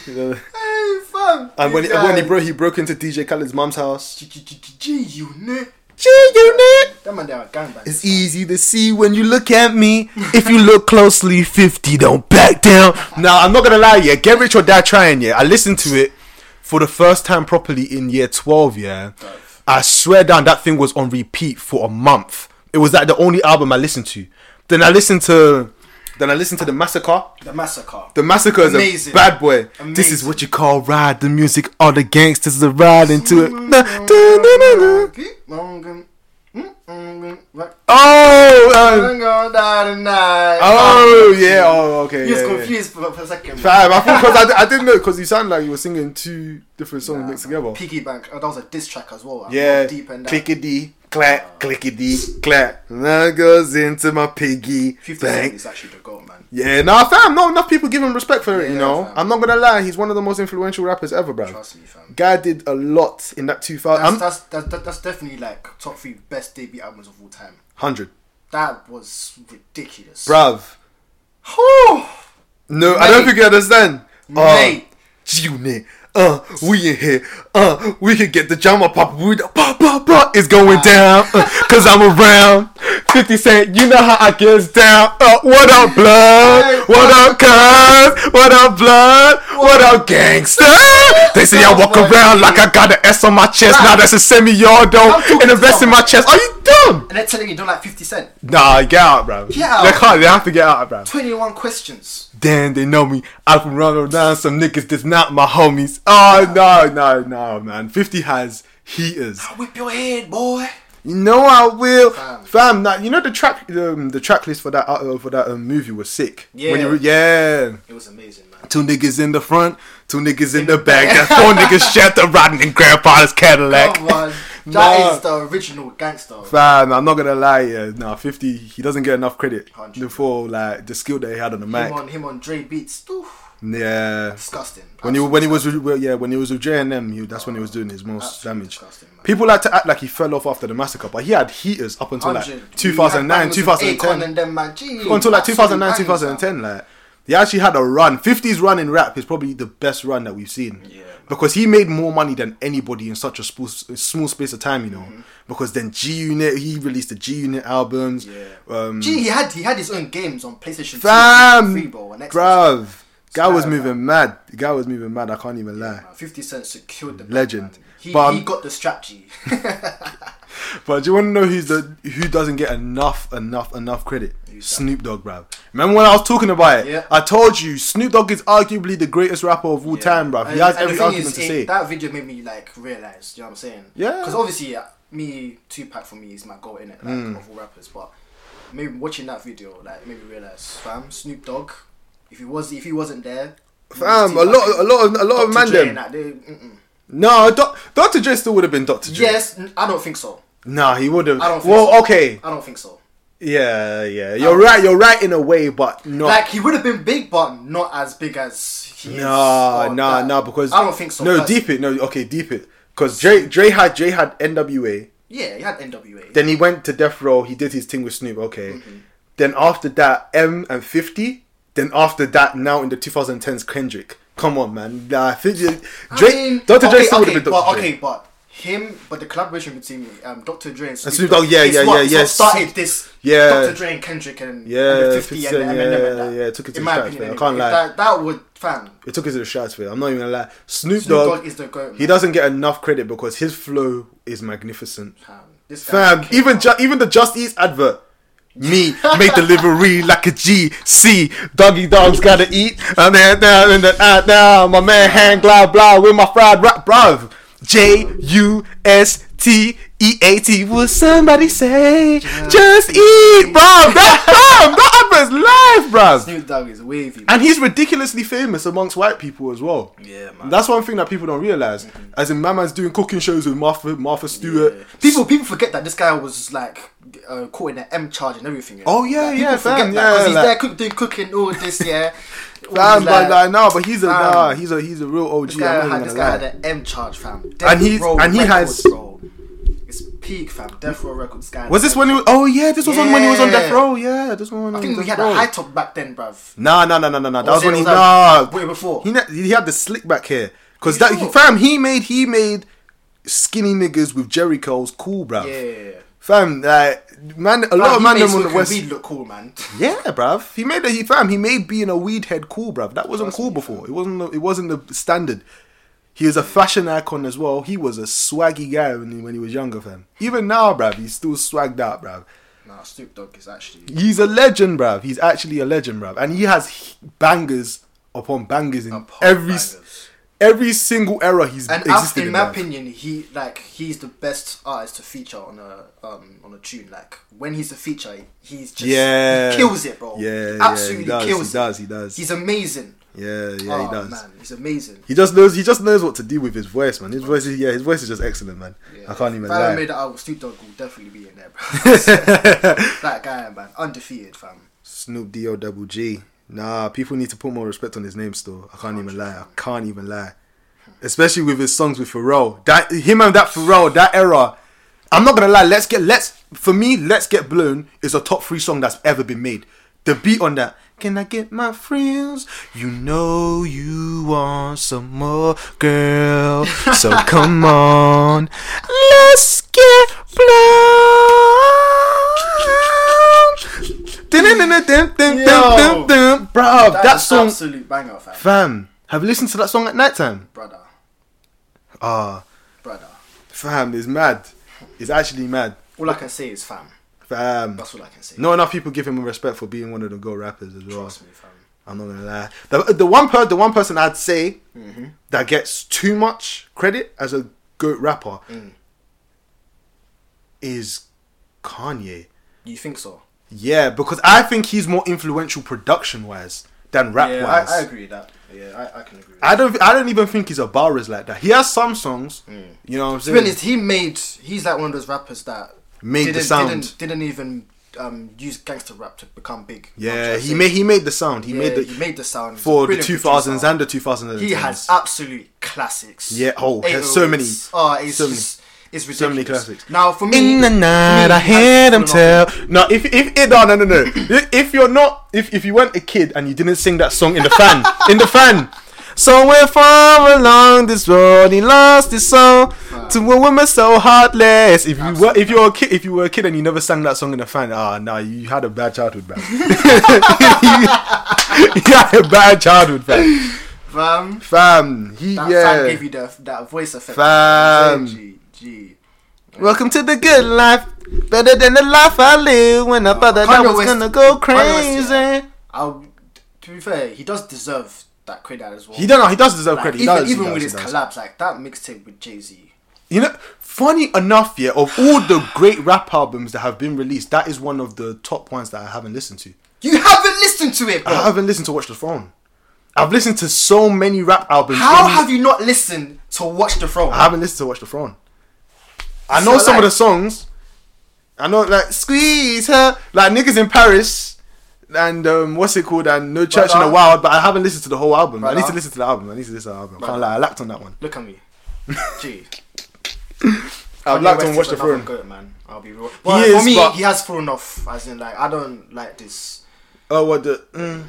Speaker 1: You know,
Speaker 2: Hey, fam.
Speaker 1: and when,
Speaker 2: these
Speaker 1: when he
Speaker 2: guys-
Speaker 1: broke, he broke into DJ Khaled's mum's house.
Speaker 2: G- G- G- G- G Unit.
Speaker 1: G unit.
Speaker 2: That man, they are gangbangers.
Speaker 1: It's easy to see when you look at me. If you look closely, 50 don't back down. Now, I'm not gonna lie, yeah. Get rich or die trying, yeah. I listened to it for the first time properly in year 12, yeah. I swear down, that thing was on repeat for a month. It was like the only album I listened to. Then I listened to then I listened to the massacre.
Speaker 2: The massacre.
Speaker 1: The massacre is
Speaker 2: Amazing.
Speaker 1: a bad boy. This
Speaker 2: Amazing.
Speaker 1: is what you call ride. The music, all the gangsters are riding to it.
Speaker 2: Mm.
Speaker 1: Na- da- da- da- da.
Speaker 2: I'm
Speaker 1: Oh, um,
Speaker 2: gonna die tonight.
Speaker 1: oh yeah. Oh okay.
Speaker 2: He was
Speaker 1: yeah, yeah.
Speaker 2: confused for, for a second.
Speaker 1: Fam, I
Speaker 2: [laughs]
Speaker 1: think because I, I didn't know because you sound like you were singing two different songs
Speaker 2: Nah,
Speaker 1: mixed together.
Speaker 2: Piggy Bank. Oh, that was a diss track as well. I'm
Speaker 1: Yeah.
Speaker 2: Deep and
Speaker 1: Clickety clack, clickety clack. That goes into my piggy
Speaker 2: 50 Cent
Speaker 1: bank.
Speaker 2: is actually the goat, man.
Speaker 1: Yeah, nah, fam. Not enough people give him respect for it. You
Speaker 2: Yeah,
Speaker 1: know,
Speaker 2: fam.
Speaker 1: I'm not gonna lie. He's one of the most influential rappers ever, bro.
Speaker 2: Trust me, fam.
Speaker 1: Guy did a lot in that 2000.
Speaker 2: That's,
Speaker 1: um,
Speaker 2: that's, that's, that- that's definitely like top three best debut albums of all time.
Speaker 1: 100.
Speaker 2: That was ridiculous.
Speaker 1: Bruv. Uh,
Speaker 2: Whew.
Speaker 1: No, I don't
Speaker 2: Mate.
Speaker 1: think you understand. Uh,
Speaker 2: Mate.
Speaker 1: G-Unit. Uh, we in here. Uh, we can get the drama pop. We the pop, pop, pop is going down. Uh, Cause I'm around. 50 Cent, you know how I gets down. Uh, what up,
Speaker 2: Hey.
Speaker 1: blood? What up, cuz? What up, blood? What up, gangster? They say I
Speaker 2: That's
Speaker 1: walk
Speaker 2: what
Speaker 1: around like I got an S on my chest. Now that's a semi-auto
Speaker 2: I'm talking
Speaker 1: and a vest in
Speaker 2: to
Speaker 1: my chest. Are you dumb?
Speaker 2: And they're telling you you don't like 50 Cent.
Speaker 1: Nah, get out, bro.
Speaker 2: Get out.
Speaker 1: They can't. They have to get out, bro.
Speaker 2: 21 questions.
Speaker 1: Damn, they know me. I can run down some niggas that's not my homies. Oh no, no, no, man. Fifty has heaters.
Speaker 2: Whip your head, boy.
Speaker 1: You know I will,
Speaker 2: Fam.
Speaker 1: fam. Now you know the track, um, the track list for that uh, for that um, movie was sick. When you
Speaker 2: Yeah.
Speaker 1: re- yeah.
Speaker 2: It was amazing, man.
Speaker 1: Two niggas in the front, two niggas in, the back. That's four niggas shelter riding in grandfather's Cadillac. [laughs]
Speaker 2: Come on. That is
Speaker 1: Nah.
Speaker 2: the original gangster.
Speaker 1: Fam, I'm not gonna lie, yeah, nah, 50, he doesn't get enough credit
Speaker 2: 100.
Speaker 1: before like the skill that he had on the mic.
Speaker 2: Him on, him on Dre Beats. Oof.
Speaker 1: Yeah,
Speaker 2: Disgusting.
Speaker 1: when he
Speaker 2: Absolutely
Speaker 1: when he was with- well, yeah when he was with JNM, he, that's when he was doing his most
Speaker 2: Absolutely
Speaker 1: damage.
Speaker 2: disgusting, man.
Speaker 1: People like to act like he fell off after the massacre, but he had heaters up until like
Speaker 2: 100.
Speaker 1: 2009,
Speaker 2: We had bangers with Akon
Speaker 1: 2010,
Speaker 2: and them, man. Jeez,
Speaker 1: until like
Speaker 2: absolute
Speaker 1: 2009,
Speaker 2: bangers, man.
Speaker 1: 2010. Like he actually had a run. 50's run in rap is probably the best run that we've seen
Speaker 2: Yeah, man.
Speaker 1: because he made more money than anybody in such a small, small space of time. You know,
Speaker 2: Mm-hmm.
Speaker 1: because then G Unit he released the G Unit albums.
Speaker 2: Yeah.
Speaker 1: Um,
Speaker 2: Gee, he had he had his own games on PlayStation 2,
Speaker 1: fam,
Speaker 2: Free Ball, and Xbox.
Speaker 1: bruv, guy was
Speaker 2: Skyrim,
Speaker 1: moving mad. The guy was moving mad. I can't even lie.
Speaker 2: Uh, Fifty Cent secured the bag,
Speaker 1: Legend.
Speaker 2: man. He,
Speaker 1: But,
Speaker 2: he
Speaker 1: um,
Speaker 2: got
Speaker 1: [laughs]
Speaker 2: the strategy.
Speaker 1: But do you want to know who's the who doesn't get enough, enough, enough credit?
Speaker 2: Who's that?
Speaker 1: Snoop Dogg, bruv. Remember when I was talking about it?
Speaker 2: Yeah.
Speaker 1: I told you Snoop Dogg is arguably the greatest rapper of all time, bruv. He has
Speaker 2: And the
Speaker 1: every
Speaker 2: thing
Speaker 1: argument
Speaker 2: is,
Speaker 1: to
Speaker 2: it-
Speaker 1: say.
Speaker 2: That video made me like realize. You know what I'm saying?
Speaker 1: Yeah.
Speaker 2: Because obviously, uh, me Tupac for me is my goal in it, like
Speaker 1: Mm.
Speaker 2: of all rappers. But maybe watching that video like made me realize, fam, Snoop Dogg. If he was, if he wasn't there,
Speaker 1: Fam, a lot, a lot, of, a lot of man them.
Speaker 2: them.
Speaker 1: No, Doc- Dr. Dre still would have been Dr. Dre.
Speaker 2: Yes, n- I don't think so.
Speaker 1: Nah, he would have.
Speaker 2: I don't think
Speaker 1: Well,
Speaker 2: so.
Speaker 1: okay.
Speaker 2: I don't think so.
Speaker 1: Yeah, yeah. You're right. You're right in a way, but not.
Speaker 2: Like he would have been big, but not as big as he
Speaker 1: Nah,
Speaker 2: is. or
Speaker 1: nah,
Speaker 2: that.
Speaker 1: nah. Because
Speaker 2: I don't think so.
Speaker 1: No,
Speaker 2: That's-
Speaker 1: deep it. No, okay, deep it. Because Dre, Dre had, Dre had N.W.A.
Speaker 2: Yeah, he had NWA.
Speaker 1: Then he went to death row. He did his thing with Snoop. Okay.
Speaker 2: Mm-hmm.
Speaker 1: Then after that, M and Fifty. Then after that, now in the 2010s, Kendrick. Come on, man. Nah, I think you-
Speaker 2: I
Speaker 1: Drake.
Speaker 2: mean,
Speaker 1: Dr. Dre
Speaker 2: okay,
Speaker 1: still would
Speaker 2: okay,
Speaker 1: have been
Speaker 2: but,
Speaker 1: Dr. Dre.
Speaker 2: Okay, but him, but the collaboration between um, Dr. Dre and Snoop,
Speaker 1: Snoop Dogg, yeah,
Speaker 2: is
Speaker 1: yeah,
Speaker 2: what-
Speaker 1: yeah,
Speaker 2: is
Speaker 1: yeah.
Speaker 2: what started this.
Speaker 1: Yeah.
Speaker 2: Dr. Dre and Kendrick and
Speaker 1: Yeah,
Speaker 2: and the 50 and
Speaker 1: 50,
Speaker 2: Eminem and
Speaker 1: yeah,
Speaker 2: that.
Speaker 1: yeah, it took it to
Speaker 2: in
Speaker 1: the
Speaker 2: my
Speaker 1: stripes,
Speaker 2: opinion,
Speaker 1: man. I can't
Speaker 2: anyway.
Speaker 1: lie.
Speaker 2: That, that would fan.
Speaker 1: It took us to the shots for it. I'm not even gonna lie. Snoop,
Speaker 2: Snoop Dogg
Speaker 1: Dogg
Speaker 2: is the goat.
Speaker 1: He
Speaker 2: man.
Speaker 1: doesn't get enough credit because his flow is magnificent.
Speaker 2: Fam, this guy
Speaker 1: Fam,
Speaker 2: came
Speaker 1: even
Speaker 2: out.
Speaker 1: ju- even the Just Eat advert. Me make delivery [laughs] like a GC. Doggy dogs gotta eat. And then down in the out now, my man hang blah blah with my fried rap, bruv. J U S T E A T. Will somebody say just eat, bruv? That fam, that advert's live, bruv.
Speaker 2: Snoop Dogg is wavy. man.
Speaker 1: And he's ridiculously famous amongst white people as well.
Speaker 2: Yeah, man.
Speaker 1: That's one thing that people don't realize. As in, my man's doing cooking shows with Martha, Martha Stewart.
Speaker 2: People people forget that this guy was like uh, caught in an M charge and everything.
Speaker 1: Oh, yeah,
Speaker 2: like,
Speaker 1: yeah,
Speaker 2: people forget
Speaker 1: fam,
Speaker 2: that
Speaker 1: yeah,
Speaker 2: because he's
Speaker 1: like-
Speaker 2: there cook, doing cooking all this yeah.
Speaker 1: [laughs] Fam, but like, no, but he's a
Speaker 2: fam.
Speaker 1: nah, he's a he's a real OG.
Speaker 2: This guy,
Speaker 1: I'm
Speaker 2: had,
Speaker 1: not
Speaker 2: this
Speaker 1: even
Speaker 2: guy
Speaker 1: gonna
Speaker 2: had
Speaker 1: lie.
Speaker 2: an M charge, fam.
Speaker 1: And he's-
Speaker 2: Row
Speaker 1: and he
Speaker 2: Records,
Speaker 1: has-
Speaker 2: bro. It's peak, fam. Death Row Records. Guy
Speaker 1: Was this when he was? Oh yeah, this was on when he was on death
Speaker 2: Yeah.
Speaker 1: row. Yeah, this one. when
Speaker 2: I
Speaker 1: he
Speaker 2: think
Speaker 1: was
Speaker 2: we
Speaker 1: on
Speaker 2: had
Speaker 1: death
Speaker 2: a
Speaker 1: row.
Speaker 2: high top back then, bruv.
Speaker 1: Nah, nah, nah, nah, nah, nah. That was
Speaker 2: it-
Speaker 1: when he
Speaker 2: was that
Speaker 1: nah.
Speaker 2: way before?
Speaker 1: he ne- he had the slick back hair because
Speaker 2: You
Speaker 1: that
Speaker 2: sure?
Speaker 1: fam he made he made skinny niggas with Jerry curls cool, bruv.
Speaker 2: Yeah.
Speaker 1: Fam, like man, a lot of man them on the west.
Speaker 2: Weed look cool, man. [laughs]
Speaker 1: Yeah, bruv. He made a he fam. He made being a weed head cool, bruv. That wasn't
Speaker 2: Trust
Speaker 1: cool
Speaker 2: me,
Speaker 1: before. It wasn't. The, it wasn't the standard. He was a fashion icon as well. He was a swaggy guy when he, when he was younger, fam. Even now, bruv, he's still swagged out, bruv.
Speaker 2: Nah, Snoop Dogg is actually.
Speaker 1: He's a legend, bruv. He's actually a legend, bruv. And he has h- bangers upon bangers in
Speaker 2: Upon
Speaker 1: every
Speaker 2: bangers.
Speaker 1: every single era he's
Speaker 2: And as,
Speaker 1: existed
Speaker 2: in
Speaker 1: in.
Speaker 2: my
Speaker 1: bruv.
Speaker 2: opinion, he like he's the best artist to feature on a um on a tune. Like when he's a feature, he's just
Speaker 1: yeah,
Speaker 2: he kills it, bro.
Speaker 1: Yeah,
Speaker 2: he
Speaker 1: absolutely
Speaker 2: absolutely
Speaker 1: yeah, he does,
Speaker 2: kills
Speaker 1: He
Speaker 2: it.
Speaker 1: does. He does.
Speaker 2: He's amazing.
Speaker 1: yeah, yeah,
Speaker 2: Oh,
Speaker 1: he does.
Speaker 2: Man, he's amazing.
Speaker 1: He just knows. He just knows what to do with his voice, man. His voice is yeah. His voice is just excellent, man.
Speaker 2: Yeah.
Speaker 1: I can't even
Speaker 2: If I
Speaker 1: lie.
Speaker 2: made that album, Snoop Dogg will definitely be in
Speaker 1: [laughs]
Speaker 2: there, bro. that guy, man, undefeated, fam.
Speaker 1: Snoop D O double G. Nah, people need to put more respect on his name still. I can't even lie. I can't even lie. Especially with his songs with Pharrell. That him and that Pharrell, that era. I'm not gonna lie, let's get let's for me, Let's Get Blown is a top three song that's ever been made. The beat on that. Can I get my friends? You know you want some more girl. So [laughs] come on. Let's get blown.
Speaker 2: Yo.
Speaker 1: Dun-dun-dun-dun-dun-dun-dun. Bruv,
Speaker 2: That,
Speaker 1: Oh, that
Speaker 2: is
Speaker 1: song,
Speaker 2: absolute banger, fam.
Speaker 1: fam. Have you listened to that song at night time?
Speaker 2: brother,
Speaker 1: Ah,
Speaker 2: brother.
Speaker 1: fam, it's mad. It's actually mad,
Speaker 2: All I can say is fam.
Speaker 1: fam.
Speaker 2: That's all I can say.
Speaker 1: Not enough people give him respect for being one of the go rappers as well.
Speaker 2: Trust me, fam.
Speaker 1: I'm not gonna lie. The, the one per the one person I'd say
Speaker 2: Mm-hmm.
Speaker 1: that gets too much credit as a goat rapper
Speaker 2: Mm.
Speaker 1: is Kanye.
Speaker 2: You think so?
Speaker 1: Yeah, because I think he's more influential production wise than rap
Speaker 2: yeah,
Speaker 1: wise.
Speaker 2: I, I agree with that. Yeah, I, I can agree. With that.
Speaker 1: I don't. I don't even think he's a barras like that. He has some songs.
Speaker 2: Mm.
Speaker 1: You know what I'm
Speaker 2: To be
Speaker 1: saying?
Speaker 2: honest, he made. He's like one of those rappers that
Speaker 1: Made the
Speaker 2: didn't,
Speaker 1: sound.
Speaker 2: Didn't, didn't even um, use gangster rap to become big.
Speaker 1: Yeah, he made. He made the sound. He
Speaker 2: He made
Speaker 1: made
Speaker 2: the,
Speaker 1: the
Speaker 2: he made the sound
Speaker 1: for the
Speaker 2: Brilliant
Speaker 1: 2000s
Speaker 2: producer.
Speaker 1: and the 2010s.
Speaker 2: He has absolute classics.
Speaker 1: Yeah, oh, there's so many.
Speaker 2: 808s. Oh, it's
Speaker 1: So many.
Speaker 2: just- It's ridiculous.
Speaker 1: So many classics.
Speaker 2: Now, for me,
Speaker 1: In the night,
Speaker 2: me,
Speaker 1: I
Speaker 2: he
Speaker 1: heard
Speaker 2: has
Speaker 1: him
Speaker 2: fallen off.
Speaker 1: tell. No, if if eh, no no no no.
Speaker 2: [laughs]
Speaker 1: If if you're not if if you weren't a kid and you didn't sing that song in the fan in the fan. Somewhere far along this road, he lost his soul to a woman so heartless. If you were, if you're a kid, if you were a kid and you never sang that song in the fan, ah, nah, you had a bad childhood, man. [laughs] you, had a bad childhood, fam.
Speaker 2: Fam,
Speaker 1: Fam, he
Speaker 2: that
Speaker 1: yeah.
Speaker 2: fam gave you the, that voice effect.
Speaker 1: Fam.
Speaker 2: G, G.
Speaker 1: Welcome to the good life, better than the life I live when I thought that I
Speaker 2: Kanye
Speaker 1: was
Speaker 2: West-
Speaker 1: gonna go
Speaker 2: Kanye West,
Speaker 1: crazy.
Speaker 2: yeah. I'll, to be fair, he does deserve that credit as well.
Speaker 1: He don't know. He does deserve
Speaker 2: Like,
Speaker 1: credit. He
Speaker 2: even
Speaker 1: does, he
Speaker 2: even
Speaker 1: does,
Speaker 2: with
Speaker 1: he
Speaker 2: his
Speaker 1: does.
Speaker 2: collabs, like that mixtape with Jay Z.
Speaker 1: You know, funny enough, yeah, of all the great rap albums that have been released, that is one of the top ones that I haven't listened to.
Speaker 2: You haven't listened to it, bro.
Speaker 1: I haven't listened to Watch the Throne. I've listened to so many rap albums.
Speaker 2: How
Speaker 1: in-
Speaker 2: have you not listened to Watch the Throne?
Speaker 1: I haven't listened to Watch the Throne. I know
Speaker 2: So,
Speaker 1: some
Speaker 2: like-
Speaker 1: of the songs. I know like squeeze her like niggas in Paris and um, what's it called and No Church in
Speaker 2: Brother.
Speaker 1: the Wild, but I haven't listened to the whole album. I need to
Speaker 2: Brother.
Speaker 1: listen to the album. I need to listen to the album. I can't
Speaker 2: Brother.
Speaker 1: lie, I lacked on that one. [laughs]
Speaker 2: Look at me. Gee.
Speaker 1: I've
Speaker 2: Kanye
Speaker 1: lacked
Speaker 2: West
Speaker 1: on Watch
Speaker 2: is
Speaker 1: the
Speaker 2: another
Speaker 1: Throne.
Speaker 2: Goat, man. I'll be real. Well,
Speaker 1: is,
Speaker 2: for me,
Speaker 1: but-
Speaker 2: he has fallen off. As in, like, I don't like this.
Speaker 1: Oh what the mm,
Speaker 2: Nah,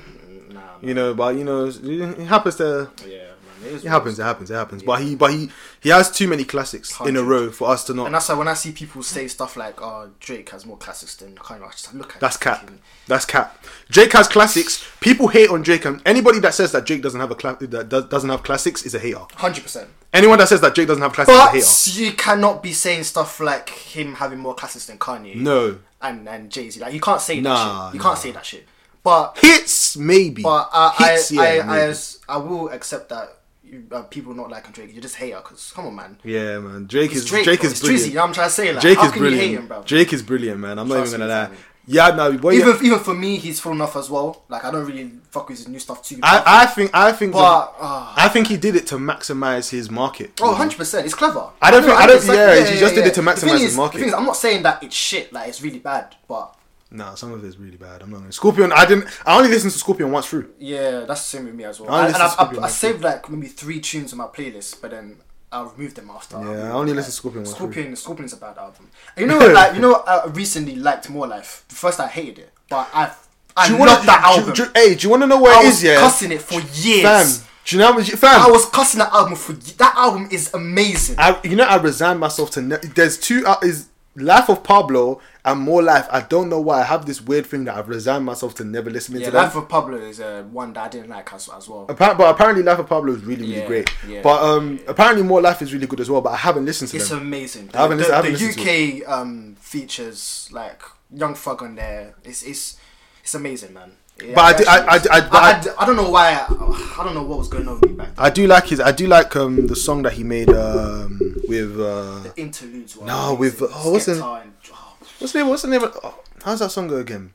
Speaker 2: man.
Speaker 1: you know, but you know it happens to
Speaker 2: yeah, man. It, is
Speaker 1: it happens, it happens, it happens. But he but he he has too many classics in a
Speaker 2: Hundred.
Speaker 1: row for us to not
Speaker 2: And that's why when I see people say stuff like, "Oh, Drake has more classics than Kanye," I just look at
Speaker 1: That's
Speaker 2: this
Speaker 1: cap.
Speaker 2: fucking-
Speaker 1: That's cap. Drake has classics. People hate on Drake, and anybody that says that Drake doesn't have a cla- that does, doesn't have classics is a hater.
Speaker 2: Hundred percent.
Speaker 1: Anyone that says that Drake doesn't have classics
Speaker 2: But
Speaker 1: is
Speaker 2: you cannot be saying stuff like him having more classics than Kanye.
Speaker 1: a hater. No
Speaker 2: And and Jay Z, like you can't say
Speaker 1: Nah,
Speaker 2: that. Shit. You
Speaker 1: nah.
Speaker 2: can't say that shit. But
Speaker 1: hits, maybe.
Speaker 2: but I
Speaker 1: hits,
Speaker 2: I,
Speaker 1: yeah,
Speaker 2: I, I,
Speaker 1: maybe.
Speaker 2: as- I will accept that you, uh, people not liking Drake. You're just hater. Cause come on, man.
Speaker 1: yeah, man. Drake is Drake,
Speaker 2: Drake, bro,
Speaker 1: is
Speaker 2: it's Drizzy.
Speaker 1: brilliant.
Speaker 2: You know what I'm trying to say? Like,
Speaker 1: Drake
Speaker 2: how
Speaker 1: is
Speaker 2: can
Speaker 1: brilliant.
Speaker 2: you hate him, bro?
Speaker 1: Drake is brilliant, man. I'm not
Speaker 2: Trust
Speaker 1: even gonna
Speaker 2: me,
Speaker 1: lie.
Speaker 2: fam.
Speaker 1: Yeah, no. Boy,
Speaker 2: even even for me, he's fallen off as well. Like I don't really fuck with his new stuff too.
Speaker 1: I, I think I think the-
Speaker 2: But, ah.
Speaker 1: I think he did it to maximize his market.
Speaker 2: Oh, 100 percent. It's clever.
Speaker 1: I don't
Speaker 2: know,
Speaker 1: think- I don't-
Speaker 2: exactly-
Speaker 1: yeah, he just did it to
Speaker 2: The
Speaker 1: maximise
Speaker 2: thing
Speaker 1: his
Speaker 2: is- the
Speaker 1: market.
Speaker 2: thing is, I'm not saying that it's shit. Like it's really bad, but
Speaker 1: Nah, some of it's really bad. I'm not gonna. Scorpion. I didn't. I only listened to Scorpion once through.
Speaker 2: yeah, that's the same with me as well.
Speaker 1: I
Speaker 2: and
Speaker 1: listen
Speaker 2: and I,
Speaker 1: to
Speaker 2: I,
Speaker 1: Scorpion
Speaker 2: I, saved like maybe three tunes on my playlist, but then I removed them after.
Speaker 1: Yeah, I only listen to Scorpion once. through.
Speaker 2: Scorpion, Scorpion's a bad album. And you know, what, like you know, what I recently liked More Life. First, I hated it, but I I
Speaker 1: Do you
Speaker 2: loved
Speaker 1: wanna-
Speaker 2: that
Speaker 1: do-
Speaker 2: album.
Speaker 1: Do, hey, do you want to know where
Speaker 2: I
Speaker 1: it
Speaker 2: was
Speaker 1: is? Yeah,
Speaker 2: cussing it for years.
Speaker 1: fam. Do you know, fam?
Speaker 2: I
Speaker 1: I
Speaker 2: was cussing that album for ye- that album is amazing.
Speaker 1: you know, I resigned myself to. Ne- there's two. Uh, is Life of Pablo and More Life. I don't know why. I have this weird thing that I've resigned myself to never listening
Speaker 2: yeah,
Speaker 1: to them.
Speaker 2: Life of Pablo is uh, one that I didn't like as, as well.
Speaker 1: Appar- but apparently, Life of Pablo is really, really
Speaker 2: Yeah,
Speaker 1: great.
Speaker 2: yeah.
Speaker 1: but um, apparently, More Life is really good as well. But I haven't listened to
Speaker 2: It's
Speaker 1: them.
Speaker 2: amazing. The,
Speaker 1: I haven't
Speaker 2: the-
Speaker 1: listened- I haven't
Speaker 2: the
Speaker 1: listened
Speaker 2: UK um, features like Young Thug on there. It's it's it's amazing, man. Yeah,
Speaker 1: But I
Speaker 2: actually
Speaker 1: do- I- I- I-
Speaker 2: is.
Speaker 1: but I-
Speaker 2: I, I, I don't know why. I, I don't know what was going on with me back then.
Speaker 1: I do like his. I do like um the song that he made um with uh
Speaker 2: The interludes. Were
Speaker 1: No,
Speaker 2: amazing.
Speaker 1: with- oh, what's the-
Speaker 2: Skepta and, oh,
Speaker 1: what's the name what's the name of, oh, how's that song go again?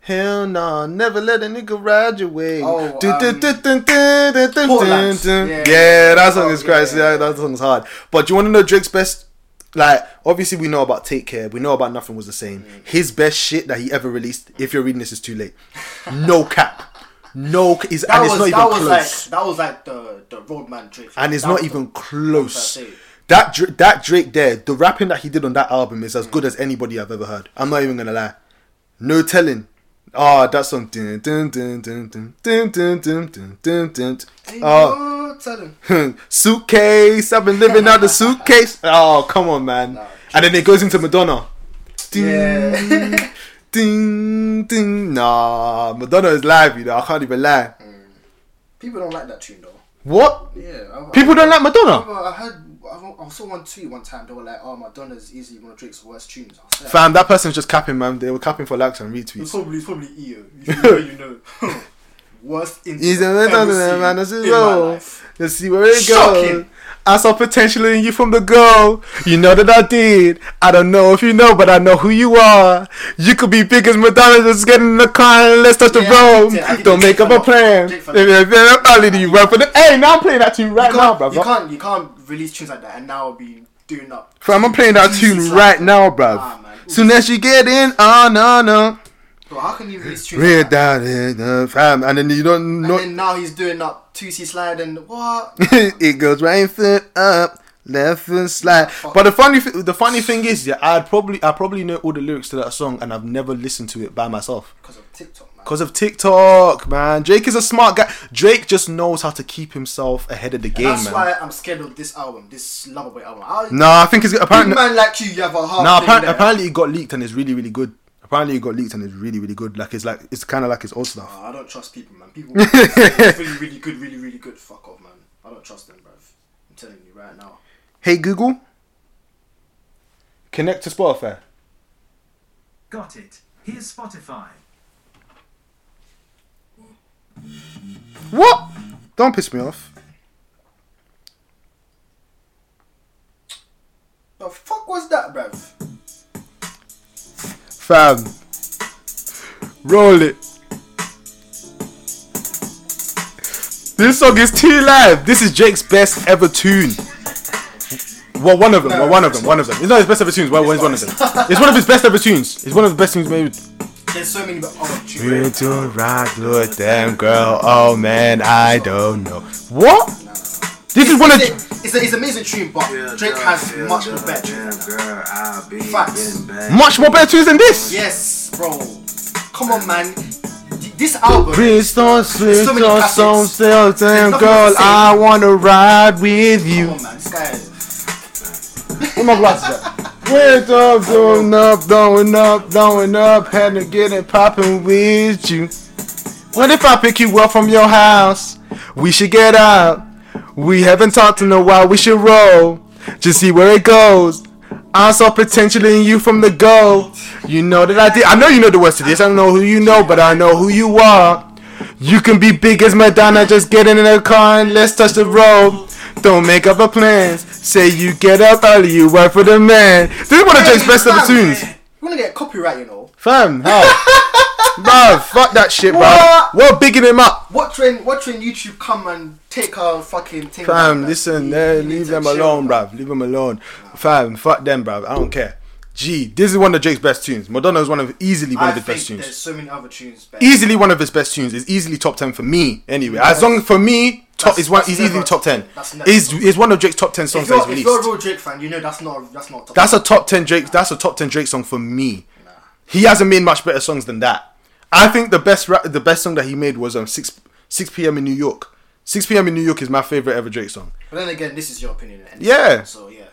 Speaker 1: Hell nah, never let a nigga ride your way.
Speaker 2: Oh,
Speaker 1: Dun, dun,
Speaker 2: um,
Speaker 1: dun, dun, dun, dun, dun,
Speaker 2: Portland.
Speaker 1: dun, dun.
Speaker 2: Yeah.
Speaker 1: Yeah, that song
Speaker 2: Oh,
Speaker 1: is crazy.
Speaker 2: yeah.
Speaker 1: Yeah, that song's hard. But do you want to know Drake's best? Like, obviously we know about Take Care. We know about Nothing Was the Same.
Speaker 2: Mm.
Speaker 1: His best shit that he ever released. If you're reading this, is too late. No cap. No, ca- is
Speaker 2: that
Speaker 1: and
Speaker 2: was
Speaker 1: it's not even
Speaker 2: that was
Speaker 1: close
Speaker 2: like that was like the the roadman trip.
Speaker 1: and it's
Speaker 2: That
Speaker 1: not
Speaker 2: was the-
Speaker 1: even close.
Speaker 2: that's it.
Speaker 1: That Dra- that Drake there, the rapping that he did on that album is
Speaker 2: Mm.
Speaker 1: as good as anybody I've ever heard. I'm not even gonna lie. No telling. Ah, that song. Dun, dun, dun, dun, dun, dun, dun, dun, dun, dun, dun.
Speaker 2: Hey,
Speaker 1: Oh,
Speaker 2: no, tell him.
Speaker 1: suitcase. I've been living out the suitcase. Oh, come on, man.
Speaker 2: Nah.
Speaker 1: And then it goes into Madonna. Ding,
Speaker 2: Yeah. [laughs]
Speaker 1: ding, ding. Nah, Madonna is live. You know, I can't even lie.
Speaker 2: People don't like that tune though.
Speaker 1: What?
Speaker 2: Yeah. I- I-
Speaker 1: People don't like Madonna.
Speaker 2: I heard. I saw one tweet one time. They were like, "Oh, Madonna's easily one of Drake's worst tunes." I said,
Speaker 1: Fam, that person's just capping, man. They were capping for likes and retweets.
Speaker 2: It's probably it's probably EO.
Speaker 1: [laughs]
Speaker 2: You know, you know. [laughs] Worst in
Speaker 1: He's a
Speaker 2: ever
Speaker 1: man,
Speaker 2: seen
Speaker 1: man, this is
Speaker 2: in my
Speaker 1: all.
Speaker 2: life.
Speaker 1: Let's see where it goes.
Speaker 2: Shocking.
Speaker 1: I saw potential in you from the go. You know that I did. I don't know if you know, but I know who you are. You could be big as Madonna, just get in the car and let's touch the
Speaker 2: Yeah, I
Speaker 1: road.
Speaker 2: did that. I did
Speaker 1: Don't
Speaker 2: that.
Speaker 1: make up a plan.
Speaker 2: Jake
Speaker 1: If
Speaker 2: Fallon.
Speaker 1: you're very early, do you run for the. Hey, now I'm playing that tune right
Speaker 2: You
Speaker 1: now,
Speaker 2: can't, you
Speaker 1: brother.
Speaker 2: can't you can't release tunes like that and now be doing up.
Speaker 1: Fam, I'm playing that
Speaker 2: juicy
Speaker 1: tune
Speaker 2: stuff.
Speaker 1: right now,
Speaker 2: Nah,
Speaker 1: bruv.
Speaker 2: man.
Speaker 1: Soon as you get in, oh no no,
Speaker 2: Bro, how can you release tunes?
Speaker 1: we're
Speaker 2: like that?
Speaker 1: down in the eh, fam, and then you don't
Speaker 2: And
Speaker 1: know.
Speaker 2: then now he's doing up two C slide and
Speaker 1: [laughs]
Speaker 2: what?
Speaker 1: it goes right foot up, left foot slide. But the funny, thi- the funny thing is, yeah, I probably, I probably know all the lyrics to that song, and I've never listened to it by myself
Speaker 2: Because of TikTok, man.
Speaker 1: because of TikTok, man. Drake is a smart guy. Drake just knows how to keep himself ahead of the game,
Speaker 2: That's
Speaker 1: man.
Speaker 2: why I'm scared of this album, this Loverboy album. I,
Speaker 1: No, I think it's
Speaker 2: big
Speaker 1: apparently.
Speaker 2: man like you, you have a heart.
Speaker 1: No,
Speaker 2: thing
Speaker 1: apparently,
Speaker 2: there.
Speaker 1: apparently it got leaked and it's really, really good. Apparently it got leaked and it's really, really good. Like it's like it's kind of like his old stuff.
Speaker 2: Oh, I don't trust people, man.
Speaker 1: [laughs]
Speaker 2: People it's really, really good, really, really good. Fuck off, man. I don't trust them, bruv. I'm telling you right now.
Speaker 1: Hey Google, connect to Spotify.
Speaker 3: Got it. Here's Spotify.
Speaker 1: What? Don't piss me off.
Speaker 2: The fuck was that, bruv?
Speaker 1: Fam. Roll it. This song is too live. This is Jake's best ever tune. Well, one of them. well, one of them. One of them. It's not his best ever tunes. Well, it's one of them. It's one of his best ever tunes. It's one of the best tunes made.
Speaker 2: There's so many. Oh,
Speaker 1: We're
Speaker 2: dude.
Speaker 1: to rock, look damn girl. Oh man, I don't know. What? This is one of.
Speaker 2: It's, a, it's an amazing tune, but Drake has much more better tunes. than that. Facts.
Speaker 1: Much more better tunes than this.
Speaker 2: Yes, bro. Come on, man. D- This album.
Speaker 1: Bristol,
Speaker 2: so many
Speaker 1: Swifton,
Speaker 2: classics.
Speaker 1: some still, damn
Speaker 2: nothing
Speaker 1: girl.
Speaker 2: to say.
Speaker 1: I wanna ride with you.
Speaker 2: Come on, man. This guy.
Speaker 1: Where my glasses at? Went up, going up, going up, going up, had to get it popping with you. What if I pick you up from your house? We should get out. We haven't talked in a while, we should roll. Just see where it goes. I saw potential in you from the go. You know that I did. I know you know the words to this. I don't know who you know, but I know who you are. You can be big as Madonna, just get in the car and let's touch the road. Don't make up a plans. Say you get up early, you work for the man. This is one of Jake's best ever tunes.
Speaker 2: We're gonna get copyright, you know.
Speaker 1: Fam, how? bruv, fuck that shit, bruv.
Speaker 2: What?
Speaker 1: We're bigging him up.
Speaker 2: What when what when YouTube come and take our fucking thing?
Speaker 1: Fam,
Speaker 2: like that?
Speaker 1: listen,
Speaker 2: You-
Speaker 1: eh,
Speaker 2: you need
Speaker 1: leave
Speaker 2: to
Speaker 1: them
Speaker 2: chill,
Speaker 1: alone, bruv. Leave them alone. Fam, fuck them, bruv. I don't care. Gee, this is one of Jake's best tunes. Madonna is one of easily one
Speaker 2: I
Speaker 1: of his
Speaker 2: think
Speaker 1: best
Speaker 2: there's
Speaker 1: tunes.
Speaker 2: so many other tunes. better.
Speaker 1: Easily one of his best tunes. Is easily top ten for me. Anyway, as long for me, top
Speaker 2: That's-
Speaker 1: is one.
Speaker 2: that's
Speaker 1: Is
Speaker 2: never-
Speaker 1: easily top ten.
Speaker 2: that's never-
Speaker 1: Is is one of Drake's top ten
Speaker 2: If
Speaker 1: songs that he's
Speaker 2: you're, if you're a
Speaker 1: released.
Speaker 2: real Drake fan, you know that's not that's not. Top
Speaker 1: That's a top ten Drake. That's a top ten Drake song for me. He hasn't made much better songs than that. I think the best ra- the best song that he made was um six six p.m. in New York. Six p.m. in New York is my favorite ever Drake song.
Speaker 2: But then again, this is your opinion. and-
Speaker 1: Yeah.
Speaker 2: So yeah.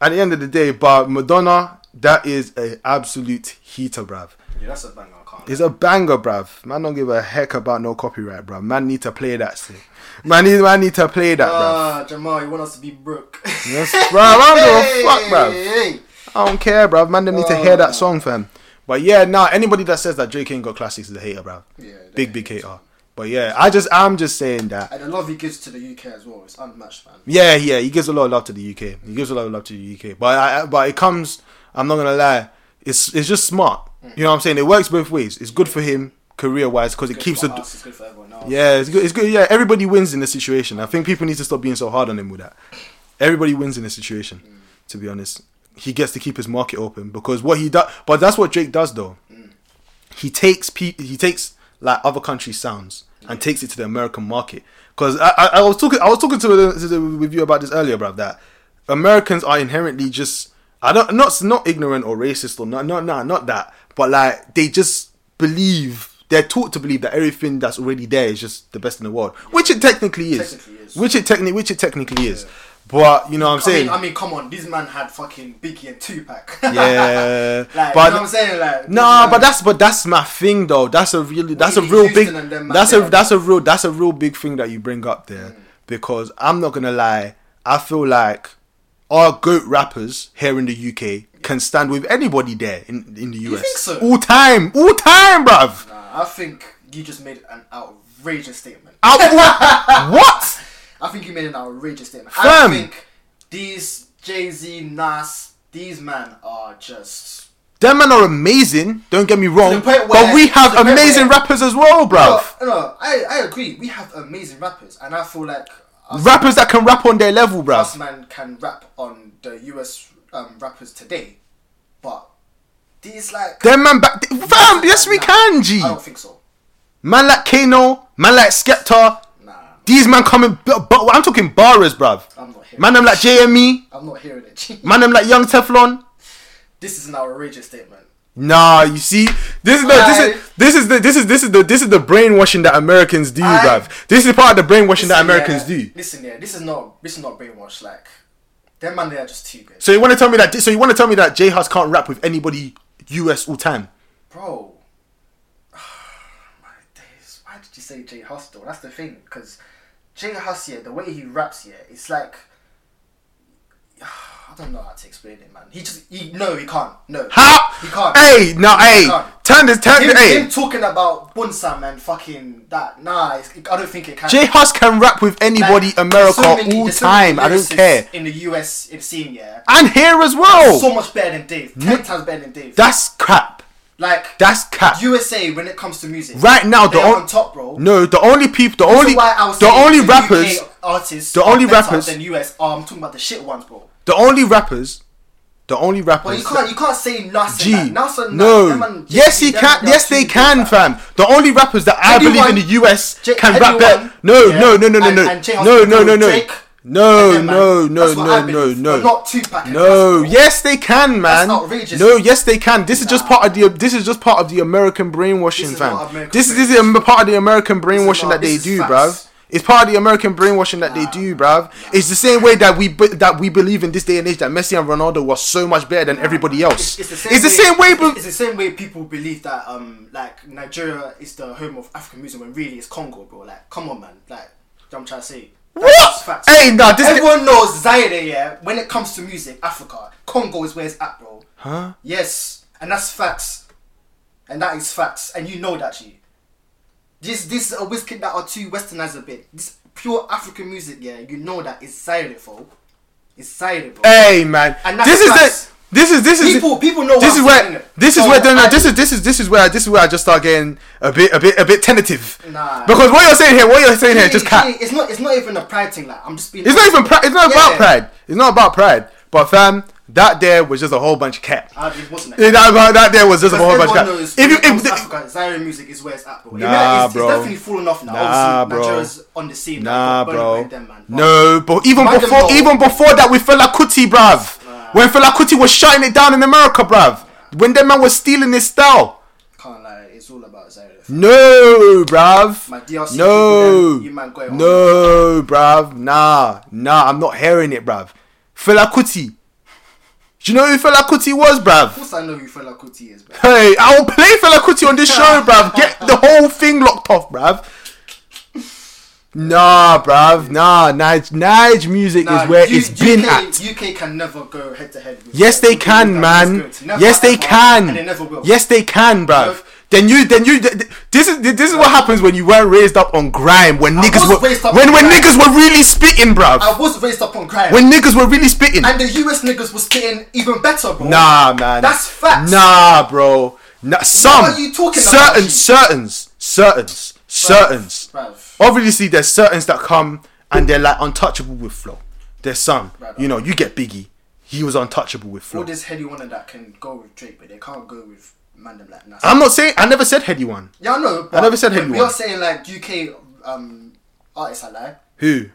Speaker 1: At the end of the day, but Madonna, that is a absolute heater, bruv.
Speaker 2: Yeah, that's a banger. I can't.
Speaker 1: It's a banger, bruv. Man, don't give a heck about no copyright, bruv. Man, need to play that shit. Man, need man need to play that, bruv.
Speaker 2: Ah, Jamal, you want us to be broke? [laughs]
Speaker 1: [laughs] Yes, bruv. I don't give a fuck, bruv.
Speaker 2: Hey, hey, hey.
Speaker 1: I don't care, bruv. Man, them need to hear that song, fam. But yeah, now anybody that says that Drake ain't got classics is a hater, bro.
Speaker 2: Yeah,
Speaker 1: Big
Speaker 2: definitely.
Speaker 1: big hater. But yeah, I just I'm just saying that.
Speaker 2: And the love he gives to the UK as well is unmatched, man.
Speaker 1: Yeah, yeah, he gives a lot of love to the UK. He gives a lot of love to the UK. But I, I- but it comes. I'm not gonna lie. It's it's just smart. You know what I'm saying? It works both ways. It's good for him career wise because it
Speaker 2: Good
Speaker 1: keeps
Speaker 2: for
Speaker 1: the
Speaker 2: us, it's good for everyone else.
Speaker 1: Yeah, it's good. It's good. Yeah, everybody wins in this situation. I think people need to stop being so hard on him with that. Everybody wins in this situation. To be honest, he gets to keep his market open because what he does. But that's what Drake does, though. He takes pe- he takes like other countries' sounds and takes it to the American market. Because I, I, I was talking I was talking to, the- to the- with you about this earlier, bruv. That Americans are inherently just I don't not not ignorant or racist or not not not not that, but like they just believe they're taught to believe that everything that's already there is just the best in the world, which it technically is,
Speaker 2: Technically is.
Speaker 1: which it technically which it technically is. But you know what I'm
Speaker 2: I
Speaker 1: saying?
Speaker 2: mean, I mean, come on, these man had fucking Biggie and Tupac. [laughs]
Speaker 1: yeah,
Speaker 2: like,
Speaker 1: but
Speaker 2: you know what I'm saying? Like,
Speaker 1: Nah,
Speaker 2: these
Speaker 1: but
Speaker 2: man-
Speaker 1: that's but that's my thing though. That's a really that's a
Speaker 2: need
Speaker 1: real
Speaker 2: Houston
Speaker 1: big
Speaker 2: and them, Mm. man.
Speaker 1: that's a
Speaker 2: Yeah.
Speaker 1: that's a real that's a real big thing that you bring up there because I'm not gonna lie. I feel like our goat rappers here in the UK can stand with anybody there in in the US.
Speaker 2: think so?
Speaker 1: All time, all time, bruv.
Speaker 2: Nah, I think you just made an outrageous statement. [laughs]
Speaker 1: I- what?
Speaker 2: I think you made an outrageous statement. I
Speaker 1: Fam.
Speaker 2: think these Jay Z, Nas, these man are just.
Speaker 1: Them men are amazing. Don't get me wrong,
Speaker 2: the point
Speaker 1: but
Speaker 2: where-
Speaker 1: we have
Speaker 2: to the point
Speaker 1: amazing
Speaker 2: where-
Speaker 1: rappers as well, bruv.
Speaker 2: No, no, I, I agree. We have amazing rappers, and I feel like us,
Speaker 1: Rappers that can rap on their level, bruv.
Speaker 2: us man can rap on the US um, rappers today, but these like.
Speaker 1: Them man back, fam. Yes, we
Speaker 2: Nah, Oh,
Speaker 1: can, G.
Speaker 2: I don't think so.
Speaker 1: Man like Kano, man like Skepta,
Speaker 2: Nah,
Speaker 1: these man coming. But, but I'm talking barras, bruv.
Speaker 2: I'm not hearing.
Speaker 1: Man, them like JME.
Speaker 2: I'm not hearing it. G.
Speaker 1: Man, them like Young Teflon.
Speaker 2: This is an outrageous statement.
Speaker 1: Nah, you see, this is the this
Speaker 2: Aye.
Speaker 1: is this is the this is this is the this is the brainwashing that Americans do,
Speaker 2: Aye.
Speaker 1: bruv. This is part of the brainwashing that
Speaker 2: Listen,
Speaker 1: Americans
Speaker 2: yeah,
Speaker 1: do.
Speaker 2: Listen, yeah, this is not this is not brainwash. Like, them man, they are just too good,
Speaker 1: So you want to tell me that? So you want to tell me that J House can't rap with anybody US all time?
Speaker 2: bro. [sighs] My days. Why did you say Jay Huss though? That's the thing, because Jay Huss, yeah, the way he raps, yeah, it's like. [sighs] I don't know how to explain it, man. He just he no, he can't. No,
Speaker 1: How?
Speaker 2: he can't.
Speaker 1: Hey, now,
Speaker 2: He
Speaker 1: hey,
Speaker 2: can't.
Speaker 1: turn this, turn
Speaker 2: Him,
Speaker 1: this, hey.
Speaker 2: him talking about Bunsa man, fucking that. Nah, it's, I don't think it can.
Speaker 1: J House can rap with anybody
Speaker 2: Like,
Speaker 1: America
Speaker 2: so many-
Speaker 1: all
Speaker 2: there's so many
Speaker 1: time. I don't
Speaker 2: lyricists
Speaker 1: care.
Speaker 2: In the US, in scene, yeah,
Speaker 1: And here as well.
Speaker 2: so much better than Dave. Ten times better than Dave.
Speaker 1: That's crap.
Speaker 2: like
Speaker 1: That's cap.
Speaker 2: USA when it comes to music.
Speaker 1: Right now, the
Speaker 2: they're
Speaker 1: on-
Speaker 2: on top, bro.
Speaker 1: No, the only people, the
Speaker 2: This is
Speaker 1: only,
Speaker 2: why I was
Speaker 1: the
Speaker 2: saying
Speaker 1: only
Speaker 2: the
Speaker 1: rappers,
Speaker 2: UK artists,
Speaker 1: the
Speaker 2: are
Speaker 1: only
Speaker 2: better
Speaker 1: rappers-
Speaker 2: than US. Oh, I'm talking about the shit ones, bro.
Speaker 1: the only rappers, the only
Speaker 2: But
Speaker 1: rappers.
Speaker 2: you can't, you can't say Nas.
Speaker 1: G,
Speaker 2: and that. Nas and
Speaker 1: no,
Speaker 2: Them and
Speaker 1: yes
Speaker 2: Jay-Z,
Speaker 1: he
Speaker 2: them
Speaker 1: can,
Speaker 2: and
Speaker 1: yes
Speaker 2: them
Speaker 1: they
Speaker 2: two
Speaker 1: can,
Speaker 2: dudes,
Speaker 1: fam. The only rappers that I
Speaker 2: Anyone-
Speaker 1: believe in the US
Speaker 2: J-
Speaker 1: can rap
Speaker 2: anyone-
Speaker 1: better. No,
Speaker 2: yeah.
Speaker 1: no, no, no, no,
Speaker 2: And-
Speaker 1: no,
Speaker 2: and J-House
Speaker 1: no,
Speaker 2: can
Speaker 1: no,
Speaker 2: do
Speaker 1: no, no,
Speaker 2: Drake
Speaker 1: no,
Speaker 2: and them,
Speaker 1: no,
Speaker 2: man.
Speaker 1: no,
Speaker 2: That's what I
Speaker 1: no, no,
Speaker 2: believe.
Speaker 1: no,
Speaker 2: But not Tupac and
Speaker 1: No,
Speaker 2: Nas, bro.
Speaker 1: yes they can, man.
Speaker 2: outrageous.
Speaker 1: No, yes they can. This is just part of the. This is just part of the American brainwashing,
Speaker 2: This is
Speaker 1: fam.
Speaker 2: not American
Speaker 1: this is this is a part of the American brainwashing that
Speaker 2: not-
Speaker 1: they
Speaker 2: this
Speaker 1: do,
Speaker 2: is facts.
Speaker 1: bruv. It's part of the American brainwashing that they do, bruv. It's the same way that we be- that we believe in this day and age that Messi and Ronaldo were so much better than everybody else. It's, the same way, bro.
Speaker 2: It's the same way people believe that um like Nigeria is the home of African music when really it's Congo, bro. Like, come on, man. Like, what I'm trying to say. That's
Speaker 1: What?
Speaker 2: just facts.
Speaker 1: Hey, nah, this
Speaker 2: Everyone knows Zaire, yeah. When it comes to music, Africa, Congo is where it's at, bro.
Speaker 1: Huh?
Speaker 2: Yes, and that's facts, and that is facts, and you know that you. This this is a whiskey that are too westernized a bit. This pure African music, yeah. You know that it's Zaire, bro. It's Zaire, bro.
Speaker 1: Hey man,
Speaker 2: And that's
Speaker 1: this is
Speaker 2: facts.
Speaker 1: the this is this is
Speaker 2: People- people know
Speaker 1: this is
Speaker 2: what I'm saying,
Speaker 1: where
Speaker 2: innit?
Speaker 1: this is
Speaker 2: So
Speaker 1: where no, no,
Speaker 2: I-
Speaker 1: this is this is this is where this is where I just start getting a bit a bit a bit tentative
Speaker 2: Nah.
Speaker 1: because what you're saying here what you're saying here just
Speaker 2: Really,
Speaker 1: cat
Speaker 2: really, It's not. It's not even a pride thing. Like I'm just being.
Speaker 1: it's not even pri- it's not
Speaker 2: Yeah.
Speaker 1: about pride it's not about pride but fam that there was just a whole bunch of cat
Speaker 2: Ah, it wasn't.
Speaker 1: Yeah, that, that there was just a
Speaker 2: Because
Speaker 1: whole bunch of
Speaker 2: everyone
Speaker 1: cat
Speaker 2: knows
Speaker 1: if you
Speaker 2: when it comes
Speaker 1: if
Speaker 2: to
Speaker 1: the,
Speaker 2: Africa, Zaire music is where it's at, bro. Nah,
Speaker 1: Nah,
Speaker 2: it's,
Speaker 1: bro.
Speaker 2: It's definitely fallen off now.
Speaker 1: Nah,
Speaker 2: Obviously,
Speaker 1: bro.
Speaker 2: Nigeria's on the scene.
Speaker 1: Nah,
Speaker 2: now, but Burna
Speaker 1: bro.
Speaker 2: Boy, them, man. But
Speaker 1: No, but even
Speaker 2: Mind them
Speaker 1: before
Speaker 2: all.
Speaker 1: even before that with Fela Kuti, bruv. When Fela Kuti was shutting it down in America, bruv. When that man was stealing his style.
Speaker 2: Can't lie. It's all about Zaire.
Speaker 1: No, bruv.
Speaker 2: My DRC people,
Speaker 1: no.
Speaker 2: them, you man going on.
Speaker 1: no, bruv. Nah, nah, I'm not hearing it, bruv. Fela Kuti. Do you know who Fela Kuti was,
Speaker 2: Of
Speaker 1: bruv?
Speaker 2: course, I know who Fela Kuti is, bro.
Speaker 1: Hey, I will play Fela Kuti on this show, bruv. Get the whole thing locked off, bruv. Nah, bruv. Nah, Nige, Nige music
Speaker 2: Nah,
Speaker 1: is where
Speaker 2: U-
Speaker 1: it's been
Speaker 2: UK
Speaker 1: at.
Speaker 2: UK can never go head to head. with-
Speaker 1: Yes, they
Speaker 2: with
Speaker 1: can,
Speaker 2: England.
Speaker 1: man.
Speaker 2: It's good. Never
Speaker 1: yes, they
Speaker 2: ever,
Speaker 1: can.
Speaker 2: And they never will.
Speaker 1: Yes, they can, bruv.
Speaker 2: No.
Speaker 1: Then you, then you. th- th- This is this is what happens when you weren't raised up on grime. When niggas
Speaker 2: was
Speaker 1: were
Speaker 2: raised up
Speaker 1: when
Speaker 2: on
Speaker 1: when
Speaker 2: grime.
Speaker 1: niggas were really spitting, bruv.
Speaker 2: I was raised up on crime.
Speaker 1: when niggas were really spitting.
Speaker 2: and the US niggas was getting even better, bro.
Speaker 1: Nah, man.
Speaker 2: That's facts.
Speaker 1: Nah, bro. Nah, some.
Speaker 2: are you talking
Speaker 1: certain,
Speaker 2: about?
Speaker 1: Certains, certains, certains, certains.
Speaker 2: bruv.
Speaker 1: Obviously, there's certains that come and they're like untouchable with flow. There's some.
Speaker 2: Bruv.
Speaker 1: You know, you get Biggie. He was untouchable with flow.
Speaker 2: All this heady one that can go with Drake, but they can't go with Mandem like Nas.
Speaker 1: I'm not saying I never said heady one.
Speaker 2: yeah, I know.
Speaker 1: I never said heady
Speaker 2: You're
Speaker 1: one.
Speaker 2: saying like UK um, artists are like.
Speaker 1: Who?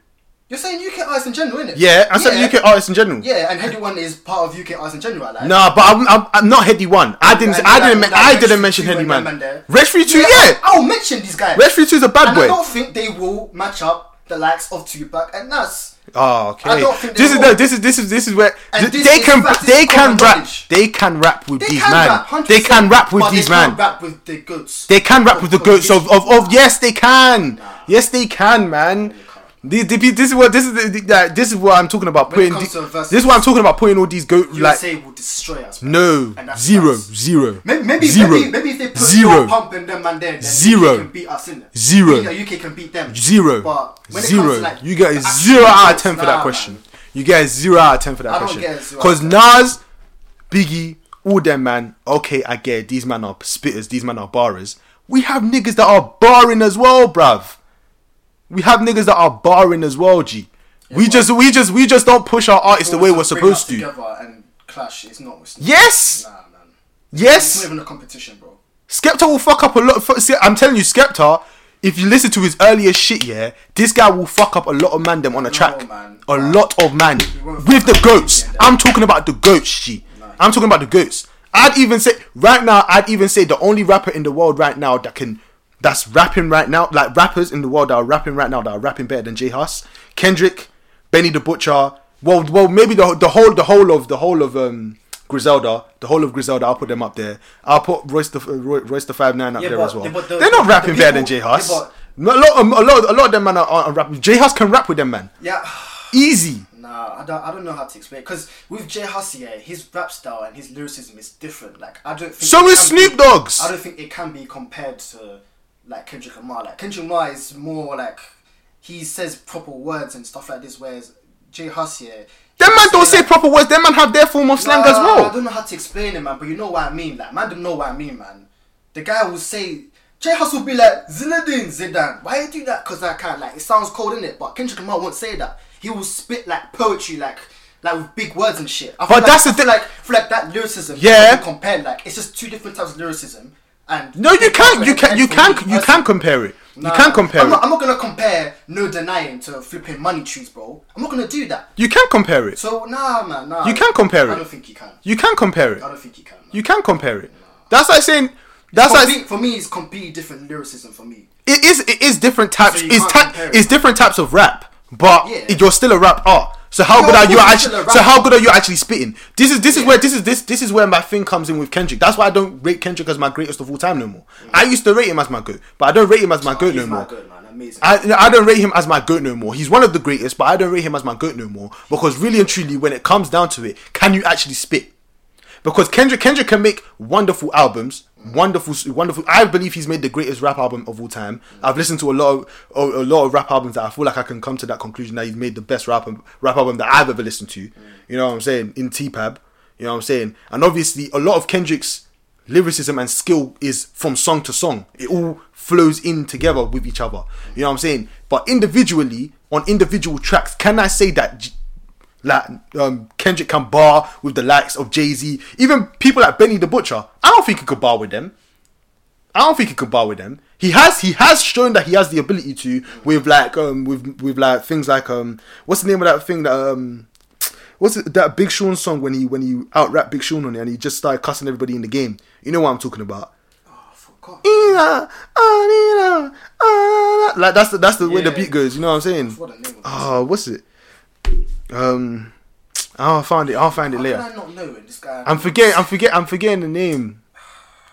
Speaker 2: You're saying UK artists in general, innit?
Speaker 1: Yeah, I said UK artists in general.
Speaker 2: Yeah, and heady one is part of UK artists in general, like.
Speaker 1: Nah, but I'm, I'm, I'm not heady one. I didn't.
Speaker 2: And
Speaker 1: I
Speaker 2: like,
Speaker 1: didn't.
Speaker 2: like
Speaker 1: men- I
Speaker 2: Reg
Speaker 1: didn't
Speaker 2: Free
Speaker 1: mention
Speaker 2: Two
Speaker 1: heady
Speaker 2: and
Speaker 1: man.
Speaker 2: Mandem.
Speaker 1: Reg Free Two, yeah.
Speaker 2: I'll mention these guys.
Speaker 1: Reg Free Two is a bad
Speaker 2: and I
Speaker 1: boy.
Speaker 2: don't think they will match up the likes of Tupac and Nas.
Speaker 1: Oh, okay.
Speaker 2: I don't think they
Speaker 1: this is
Speaker 2: will.
Speaker 1: no, this is this is this is where
Speaker 2: And
Speaker 1: th-
Speaker 2: this
Speaker 1: they
Speaker 2: is
Speaker 1: can
Speaker 2: fact, this
Speaker 1: they
Speaker 2: is
Speaker 1: can
Speaker 2: common
Speaker 1: rap
Speaker 2: knowledge.
Speaker 1: they can rap with
Speaker 2: They
Speaker 1: these
Speaker 2: can
Speaker 1: man.
Speaker 2: rap, 100%,
Speaker 1: they can rap with
Speaker 2: but
Speaker 1: these
Speaker 2: they can't
Speaker 1: man.
Speaker 2: rap with the goods.
Speaker 1: They can rap with the
Speaker 2: Of-
Speaker 1: goats of, of, of yes they can.
Speaker 2: Nah.
Speaker 1: Yes they can, man. The- the pe- This is what this is the- the- like, this is what I'm talking about.
Speaker 2: When
Speaker 1: Putting
Speaker 2: it comes
Speaker 1: the-
Speaker 2: to verses,
Speaker 1: this is what I'm talking about. Putting all these goat like
Speaker 2: USA will destroy us. bro.
Speaker 1: no
Speaker 2: And that's
Speaker 1: zero
Speaker 2: us.
Speaker 1: zero
Speaker 2: Maybe maybe,
Speaker 1: zero
Speaker 2: maybe maybe if they put
Speaker 1: zero
Speaker 2: zero pump in them and then, then
Speaker 1: Zero.
Speaker 2: UK can beat us in
Speaker 1: Zero.
Speaker 2: UK can beat them
Speaker 1: zero
Speaker 2: But when it
Speaker 1: zero.
Speaker 2: comes to, like,
Speaker 1: you get a
Speaker 2: the actual
Speaker 1: zero out of
Speaker 2: results,
Speaker 1: ten for
Speaker 2: nah,
Speaker 1: that
Speaker 2: man.
Speaker 1: question. You get a zero out of ten for that
Speaker 2: I don't
Speaker 1: question.
Speaker 2: get a zero
Speaker 1: Because
Speaker 2: out of
Speaker 1: Nas, Biggie, all them man. Okay, I get it. these man are spitters. These man are barrers. We have niggas that are barring as well, bruv. We have niggas that are barring as well, G. we just, we just, we just don't push our artists the way we're
Speaker 2: Bring us
Speaker 1: supposed to.
Speaker 2: Together and clash. It's not. It's not
Speaker 1: Yes,
Speaker 2: Nah, man. It's not
Speaker 1: yes.
Speaker 2: even a competition, bro.
Speaker 1: Skepta will fuck up a lot. Of, see, I'm telling you, Skepta. If you listen to his earlier shit, yeah, this guy will fuck up a lot of man them on a track.
Speaker 2: man.
Speaker 1: A lot of man
Speaker 2: won't
Speaker 1: with the
Speaker 2: fuck up
Speaker 1: goats.
Speaker 2: Indian,
Speaker 1: I'm talking about the goats, she. I'm talking about the goats. I'd even say right now. I'd even say the only rapper in the world right now that can, that's rapping right now, like rappers in the world that are rapping right now that are rapping better than J Huss, Kendrick, Benny the Butcher. Well, well, maybe the the whole the whole of the whole of um. Griselda, the whole of Griselda, I'll put them up there. I'll put Royce the Roy, Royce the Five Nine up
Speaker 2: Yeah,
Speaker 1: there
Speaker 2: but-
Speaker 1: as well.
Speaker 2: yeah, but the-
Speaker 1: They're not
Speaker 2: the
Speaker 1: rapping better than J
Speaker 2: people-
Speaker 1: Huss. A
Speaker 2: yeah,
Speaker 1: lot, of, a lot, a lot of them man are, are rapping. J Huss can rap with them man,
Speaker 2: Yeah.
Speaker 1: easy.
Speaker 2: Nah, I don't, I don't know how to explain because with Jay Hussey, yeah, his rap style and his lyricism is different. Like I don't think
Speaker 1: So
Speaker 2: it
Speaker 1: is
Speaker 2: can be-
Speaker 1: Snoop Dogg's.
Speaker 2: I don't think it can be compared to like Kendrick Lamar. Like Kendrick Lamar is more like he says proper words and stuff like this, whereas Jay Hussey, yeah,
Speaker 1: Them man don't
Speaker 2: say,
Speaker 1: say
Speaker 2: like,
Speaker 1: proper words. Them man have their form of slang as
Speaker 2: Nah, I
Speaker 1: well.
Speaker 2: don't know how to explain it, man, but you know what I mean. Like, man, don't know what I mean, man. The guy will say, Jay Huss will be like, Zinedine Zidane, why you do that? Because I can't. Like, it sounds cold, innit? But Kendrick Lamar won't say that. He will spit like poetry, like. Like with big words and shit. I feel
Speaker 1: But
Speaker 2: like,
Speaker 1: that's the
Speaker 2: I feel
Speaker 1: thing-
Speaker 2: Like, I feel like that lyricism.
Speaker 1: Yeah.
Speaker 2: Compared, like it's just two different types of lyricism. And
Speaker 1: No, you can't. You can. You can. You can compare it. You
Speaker 2: Nah,
Speaker 1: can compare
Speaker 2: I'm not, I'm
Speaker 1: it.
Speaker 2: not gonna compare no denying to flipping money trees, bro. I'm not gonna do that.
Speaker 1: You can compare it.
Speaker 2: So nah, man, nah.
Speaker 1: You can compare
Speaker 2: I
Speaker 1: it.
Speaker 2: don't think you can.
Speaker 1: You can compare it.
Speaker 2: I don't think you can. man.
Speaker 1: You can compare it. That's like saying. That's
Speaker 2: Compe-
Speaker 1: like
Speaker 2: for me, it's completely different lyricism for me.
Speaker 1: it is it is different types
Speaker 2: So you
Speaker 1: it's,
Speaker 2: can't
Speaker 1: ta-
Speaker 2: compare it.
Speaker 1: it's different types of rap but
Speaker 2: Yeah.
Speaker 1: it- you're still a rap art so how
Speaker 2: Yeah,
Speaker 1: good
Speaker 2: of
Speaker 1: are you
Speaker 2: course you're
Speaker 1: actually
Speaker 2: still a
Speaker 1: so how
Speaker 2: rapper.
Speaker 1: good are you actually spitting this is this is
Speaker 2: Yeah.
Speaker 1: where this is this this is where my thing comes in with Kendrick that's why I don't rate Kendrick as my greatest of all time no more I used to rate him as my goat but I don't rate him as my goat
Speaker 2: He's
Speaker 1: no
Speaker 2: my
Speaker 1: more
Speaker 2: good man, amazing.
Speaker 1: I, no, I don't rate him as my goat no more. He's one of the greatest, but I don't rate him as my goat no more because really and truly, when it comes down to it, can you actually spit? Because Kendrick Kendrick can make wonderful albums, wonderful, wonderful. I believe he's made the greatest rap album of all time. I've listened to a lot of a, a lot of rap albums that I feel like I can come to that conclusion that he's made the best rap rap album that I've ever listened to. You know what I'm saying? In T-Pab, you know what I'm saying? And obviously, a lot of Kendrick's lyricism and skill is from song to song. It all flows in together with each other. You know what I'm saying? But individually, on individual tracks, can I say that J- like um, Kendrick can bar with the likes of Jay Z, even people like Benny the Butcher? I don't think he could bar with them. I don't think he could bar with them. He has he has shown that he has the ability to with like um with with like things like um what's the name of that thing that um what's it, that Big Sean song when he when he out rap Big Sean on it and he just started cussing everybody in the game. You know what I'm talking about.
Speaker 2: I forgot.
Speaker 1: Ina, ah, Ina, ah, Like that's the that's the way the
Speaker 2: Yeah.
Speaker 1: beat goes. You know what I'm saying?
Speaker 2: What the name of
Speaker 1: Oh, what's it? Um, I'll find it. I'll find it
Speaker 2: How
Speaker 1: later.
Speaker 2: can I not know it? this guy?
Speaker 1: I'm forgetting. I'm forgetting. I'm forgetting the name.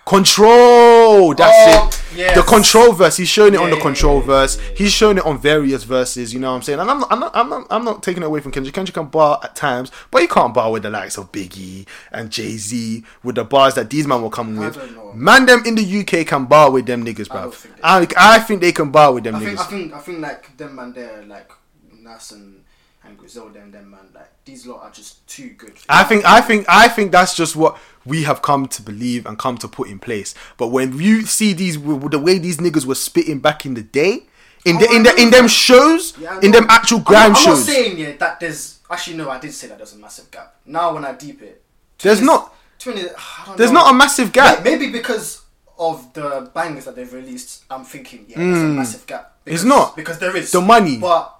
Speaker 1: Control. That's
Speaker 2: Oh,
Speaker 1: it.
Speaker 2: Yes.
Speaker 1: The control verse, he's shown it on
Speaker 2: Yeah,
Speaker 1: the
Speaker 2: yeah,
Speaker 1: control
Speaker 2: yeah, yeah,
Speaker 1: verse.
Speaker 2: yeah, yeah.
Speaker 1: He's shown it on various verses. You know what I'm saying? And I'm not, I'm not, I'm not, I'm not taking it away from Kendrick. Kendrick can bar at times, but he can't bar with the likes of Biggie and Jay Z with the bars that these men will come with.
Speaker 2: don't know.
Speaker 1: Man, them in the UK can bar with them niggas,
Speaker 2: I
Speaker 1: bruv.
Speaker 2: don't think they
Speaker 1: I, I, think they can bar with them
Speaker 2: I
Speaker 1: niggas.
Speaker 2: think I think I think like them man there like Nas and and Griselda and them man like these lot are just too good.
Speaker 1: I think I think I think that's just what we have come to believe and come to put in place. But when you see these w- w- the way these niggas were spitting back in the day, in the
Speaker 2: Oh, I
Speaker 1: in the in
Speaker 2: know.
Speaker 1: them shows,
Speaker 2: Yeah, I
Speaker 1: in
Speaker 2: know.
Speaker 1: them actual
Speaker 2: I'm,
Speaker 1: grime
Speaker 2: not- I'm
Speaker 1: shows,
Speaker 2: not saying yeah that there's actually no I did say that there's a massive gap. Now when I deep it,
Speaker 1: There's
Speaker 2: 20
Speaker 1: not-
Speaker 2: twenty. I don't
Speaker 1: there's
Speaker 2: know.
Speaker 1: not a massive gap.
Speaker 2: May- Maybe because of the bangers that they've released, I'm thinking yeah there's a massive gap.
Speaker 1: Hmm. It's not.
Speaker 2: because there is
Speaker 1: The money.
Speaker 2: but.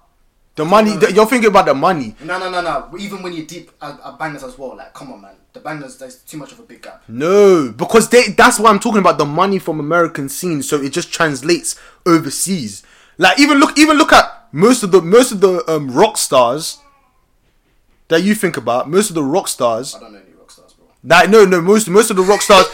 Speaker 1: the money
Speaker 2: no.
Speaker 1: the- you're thinking about the money.
Speaker 2: No, no, no, no. Even when you deep are, are bangers as well, like come on, man. The bangers, there's too much of a big gap.
Speaker 1: No, because they that's what I'm talking about the money from American scene, so it just translates overseas. Like even look even look at most of the most of the um, rock stars that you think about, most of the rock stars
Speaker 2: I don't know any rock stars, bro.
Speaker 1: Like no, no, most most of the rock
Speaker 2: [laughs]
Speaker 1: stars,